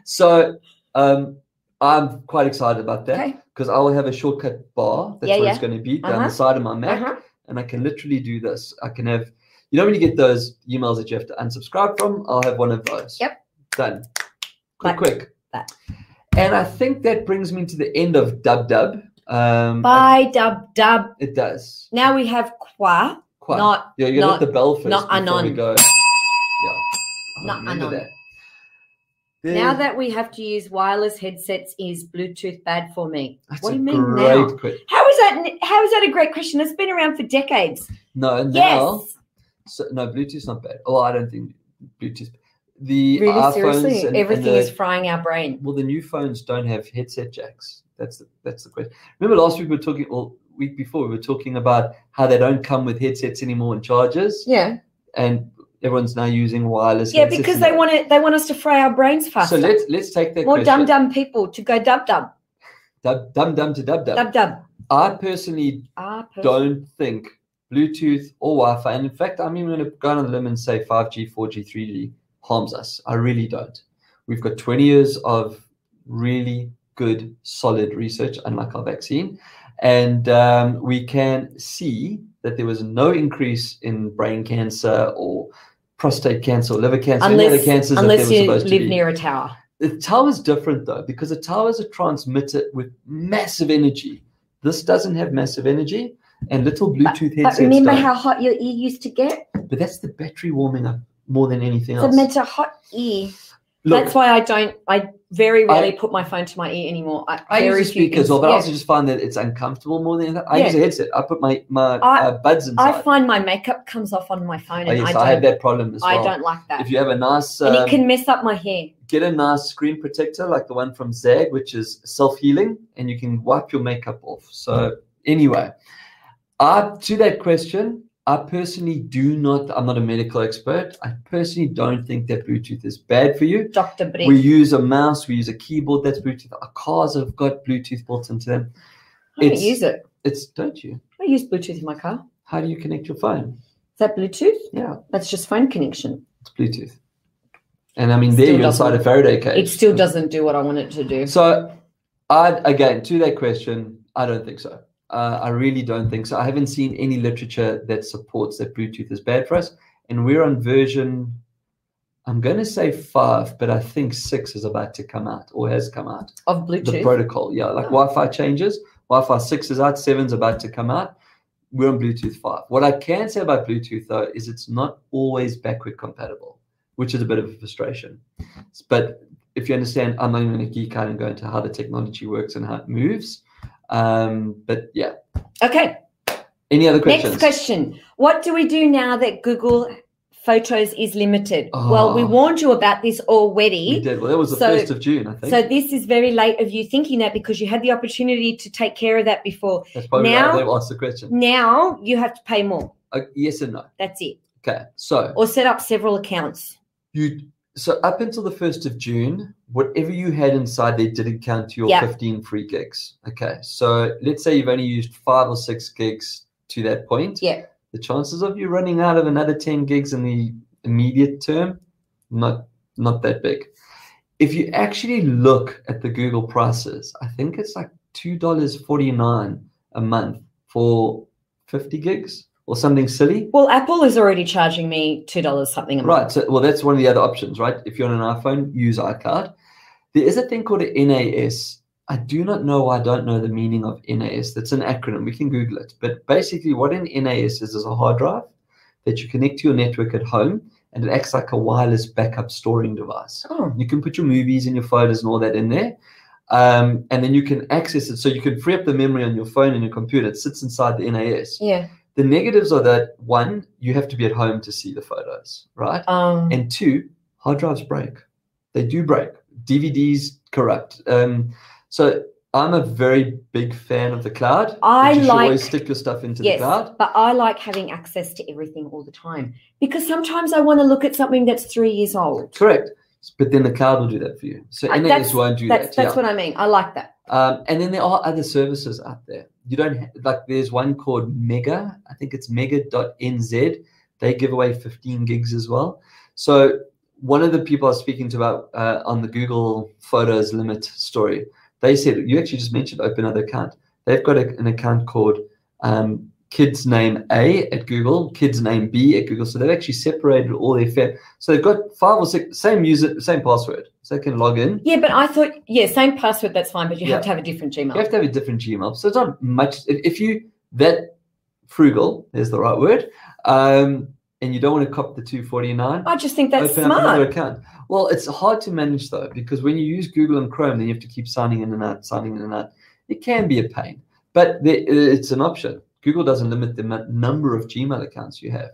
Speaker 1: so um, I'm quite excited about that
Speaker 2: Okay.
Speaker 1: because I will have a shortcut bar. That's
Speaker 2: Yeah,
Speaker 1: what
Speaker 2: yeah.
Speaker 1: it's going to be down
Speaker 2: Uh-huh.
Speaker 1: the side of my Mac,
Speaker 2: Uh-huh.
Speaker 1: and I can literally do this. I can have, you know, when you get those emails that you have to unsubscribe from, I'll have one of those.
Speaker 2: Yep.
Speaker 1: Done. Quick,
Speaker 2: That-
Speaker 1: quick.
Speaker 2: that.
Speaker 1: And I think that brings me to the end of Dub Dub. Um,
Speaker 2: Bye, dub, dub.
Speaker 1: It does.
Speaker 2: Now we have qua,
Speaker 1: Quite.
Speaker 2: not
Speaker 1: Yeah, you
Speaker 2: Not-
Speaker 1: hit the bell first
Speaker 2: not
Speaker 1: before we
Speaker 2: anon.
Speaker 1: go. Yeah. I
Speaker 2: Not
Speaker 1: remember
Speaker 2: anon.
Speaker 1: that.
Speaker 2: now
Speaker 1: There-
Speaker 2: that we have to use wireless headsets. Is Bluetooth bad for me?
Speaker 1: that's
Speaker 2: what
Speaker 1: a
Speaker 2: do you mean
Speaker 1: great
Speaker 2: now?
Speaker 1: quick.
Speaker 2: How is that? How is that a great question? It's been around for decades.
Speaker 1: No, now
Speaker 2: yes,
Speaker 1: so, no Bluetooth's not bad. Oh, I don't think Bluetooth. The
Speaker 2: really
Speaker 1: iPhones
Speaker 2: seriously,
Speaker 1: and,
Speaker 2: everything
Speaker 1: and the,
Speaker 2: is frying our brain.
Speaker 1: well. The new phones don't have headset jacks. that's the, that's the question. Remember last week we were talking, or week before we were talking about how they don't come with headsets anymore and chargers,
Speaker 2: Yeah.
Speaker 1: and everyone's now using wireless.
Speaker 2: Yeah,
Speaker 1: headsets
Speaker 2: because
Speaker 1: and
Speaker 2: they
Speaker 1: that.
Speaker 2: want to they want us to fry our brains faster.
Speaker 1: So let's let's take that
Speaker 2: More
Speaker 1: question.
Speaker 2: dumb dumb people to go dub dub
Speaker 1: dub dum dum to dub dub.
Speaker 2: dub dub.
Speaker 1: I personally
Speaker 2: Ah, perfect.
Speaker 1: don't think Bluetooth or Wi-Fi, and in fact, I'm even going to go on a limb and say 5G, 4G, 3G harms us. I really don't. We've got 20 years of really good, solid research, unlike our vaccine, and um, we can see that there was no increase in brain cancer or prostate cancer or liver cancer, any other
Speaker 2: Unless,
Speaker 1: cancers
Speaker 2: unless
Speaker 1: that there
Speaker 2: you
Speaker 1: was supposed to
Speaker 2: live
Speaker 1: be.
Speaker 2: near a tower.
Speaker 1: The tower is different though, because the tower is a transmitter with massive energy. This doesn't have massive energy, and little Bluetooth
Speaker 2: But
Speaker 1: headsets.
Speaker 2: remember
Speaker 1: don't.
Speaker 2: how hot your ear used to get?
Speaker 1: But that's the battery warming up more than anything
Speaker 2: It's
Speaker 1: else.
Speaker 2: a meta hot ear.
Speaker 1: Look,
Speaker 2: That's why I don't. I very rarely put my phone to my ear anymore. I,
Speaker 1: I
Speaker 2: very
Speaker 1: use a
Speaker 2: few
Speaker 1: speaker as well, but I
Speaker 2: ins-
Speaker 1: also just find that it's uncomfortable more than anything. I
Speaker 2: Yeah.
Speaker 1: use a headset. I put my my
Speaker 2: I-
Speaker 1: uh, buds
Speaker 2: yeah.
Speaker 1: inside.
Speaker 2: I find my makeup comes off on my phone,
Speaker 1: oh,
Speaker 2: and
Speaker 1: yes, I,
Speaker 2: I
Speaker 1: have
Speaker 2: don't.
Speaker 1: that problem as
Speaker 2: I
Speaker 1: well.
Speaker 2: don't like that,
Speaker 1: If you have a nice,
Speaker 2: and it
Speaker 1: um,
Speaker 2: can mess up my hair.
Speaker 1: get a nice screen protector like the one from Zag, which is self healing, and you can wipe your makeup off. So, anyway, uh, to that question, I personally do not, I'm not a medical expert. I personally don't think that Bluetooth is bad for you.
Speaker 2: Doctor Brick.
Speaker 1: We use a mouse, we use a keyboard that's Bluetooth. Our cars have got Bluetooth built into them.
Speaker 2: I don't
Speaker 1: it's-
Speaker 2: use it.
Speaker 1: It's, don't you?
Speaker 2: I use Bluetooth in my car.
Speaker 1: How do you connect your phone?
Speaker 2: Is that Bluetooth?
Speaker 1: Yeah,
Speaker 2: That's just phone connection.
Speaker 1: it's Bluetooth. And I mean,
Speaker 2: Still
Speaker 1: there you're
Speaker 2: doesn't-
Speaker 1: inside a Faraday cage.
Speaker 2: It still doesn't do what I want it to do.
Speaker 1: So, I again to that question, I don't think so. Uh, I really don't think so. I haven't seen any literature that supports that Bluetooth is bad for us, and we're on version. I'm going to say five, but I think six is about to come out or has come out.
Speaker 2: Of
Speaker 1: The
Speaker 2: Bluetooth.
Speaker 1: protocol, yeah,
Speaker 2: Oh.
Speaker 1: like Wi-Fi changes. Wi-Fi six is out, seven's about to come out. We're on Bluetooth five. What I can say about Bluetooth though is it's not always backward compatible, which is a bit of a frustration. But if you understand, I'm not even going to geek out and go into how the technology works and how it moves. Um, but yeah,
Speaker 2: okay,
Speaker 1: any other questions?
Speaker 2: next question. What do we do now that Google Photos is limited?
Speaker 1: Oh.
Speaker 2: Well, we warned you about this
Speaker 1: We
Speaker 2: already.
Speaker 1: did. Well, that was the
Speaker 2: So-
Speaker 1: first of June, I think.
Speaker 2: So this is very late of you thinking that because you had the opportunity to take care of that before.
Speaker 1: That's probably
Speaker 2: now-
Speaker 1: why they asked the question.
Speaker 2: Now you have to pay more.
Speaker 1: Uh, yes and no.
Speaker 2: That's it.
Speaker 1: Okay, so
Speaker 2: Or set up several accounts.
Speaker 1: You so up until the first of June, whatever you had inside there didn't count to your
Speaker 2: Yeah.
Speaker 1: fifteen free gigs. Okay, so let's say you've only used five or six gigs to that point.
Speaker 2: Yeah.
Speaker 1: the chances of you running out of another ten gigs in the immediate term, not not that big. If you actually look at the Google prices, I think it's like two dollars forty nine a month for fifty gigs or something silly.
Speaker 2: Well, Apple is already charging me two dollars something a month.
Speaker 1: Right. So, well, that's one of the other options, right? If you're on an iPhone, use iCloud. There is a thing called a NAS. I do not know why I don't know the meaning of NAS. That's an acronym. We can Google it. But basically, what an NAS is is a hard drive that you connect to your network at home, and it acts like a wireless backup storing device.
Speaker 2: Oh,
Speaker 1: You can put your movies and your photos and all that in there. Um, and then you can access it. So you can free up the memory on your phone and your computer. It sits inside the NAS.
Speaker 2: yeah.
Speaker 1: The negatives are that one, you have to be at home to see the photos, right?
Speaker 2: Um,
Speaker 1: and two, hard drives break. They do break. DVDs corrupt. Um, so I'm a very big fan of the cloud. that
Speaker 2: I
Speaker 1: you should always
Speaker 2: like-
Speaker 1: stick your stuff into
Speaker 2: yes,
Speaker 1: the cloud.
Speaker 2: but I like having access to everything all the time because sometimes I want to look at something that's three years old.
Speaker 1: Correct. But then the cloud will do that for you. So
Speaker 2: I-
Speaker 1: NAS
Speaker 2: Uh, that's-
Speaker 1: won't do
Speaker 2: That's
Speaker 1: that.
Speaker 2: that's
Speaker 1: yeah.
Speaker 2: what I mean. I like that.
Speaker 1: um, and then there are other services out there. You don't ha- like. There's one called Mega. I think it's Mega.nz. They give away 15 gigs as well. So one of the people I was speaking to about uh, on the Google Photos limit story, they said you actually just mentioned open other account. They've got a, an account called um, Kids Name A at Google, Kids Name B at Google. So they've actually separated all their fa- So they've got five or six same user, same password, so they can log in.
Speaker 2: Yeah, but I thought yeah, same password. That's fine, but you
Speaker 1: Yeah.
Speaker 2: have to have a different
Speaker 1: You have
Speaker 2: Gmail.
Speaker 1: to have a different Gmail. So it's not much. If, if you that frugal, there's the right word, um, and you don't want to cop the 249,
Speaker 2: I just think that's
Speaker 1: open up another
Speaker 2: smart.
Speaker 1: account. Well, it's hard to manage though because when you use Google and Chrome, then you have to keep signing in and out, signing in and out. It can be a pain, but the, it's an option. Google doesn't limit the mu- number of Gmail accounts you have.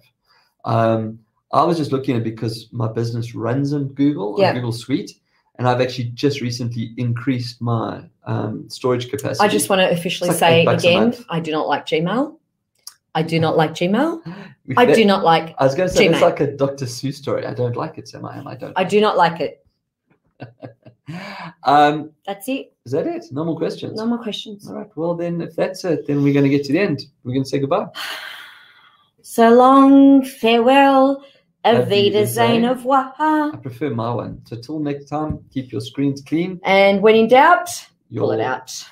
Speaker 1: Um, I was just looking at it because my business runs in Google, on
Speaker 2: Yeah.
Speaker 1: Google Suite, and I've actually just recently increased my um, storage capacity.
Speaker 2: I just want to officially
Speaker 1: It's like
Speaker 2: say
Speaker 1: eight bucks a
Speaker 2: again,
Speaker 1: month.
Speaker 2: I do not like Gmail. I do not like Gmail.
Speaker 1: Because
Speaker 2: I
Speaker 1: that-
Speaker 2: do not like.
Speaker 1: I was going to say it's
Speaker 2: Gmail.
Speaker 1: like a Dr. Seuss story. I don't like it, Sam. I am. I don't.
Speaker 2: I do not like it.
Speaker 1: Um,
Speaker 2: That's it.
Speaker 1: is that it? No more questions.
Speaker 2: No more questions.
Speaker 1: All right. Well, then, if that's it, then we're going to get to the end. We're going to say goodbye.
Speaker 2: So long, farewell,
Speaker 1: Auf
Speaker 2: Avida
Speaker 1: Wiedersehen.
Speaker 2: Zane of Waha.
Speaker 1: I prefer my one. So till next time, keep your screens clean.
Speaker 2: And when in doubt,
Speaker 1: Your
Speaker 2: pull it out.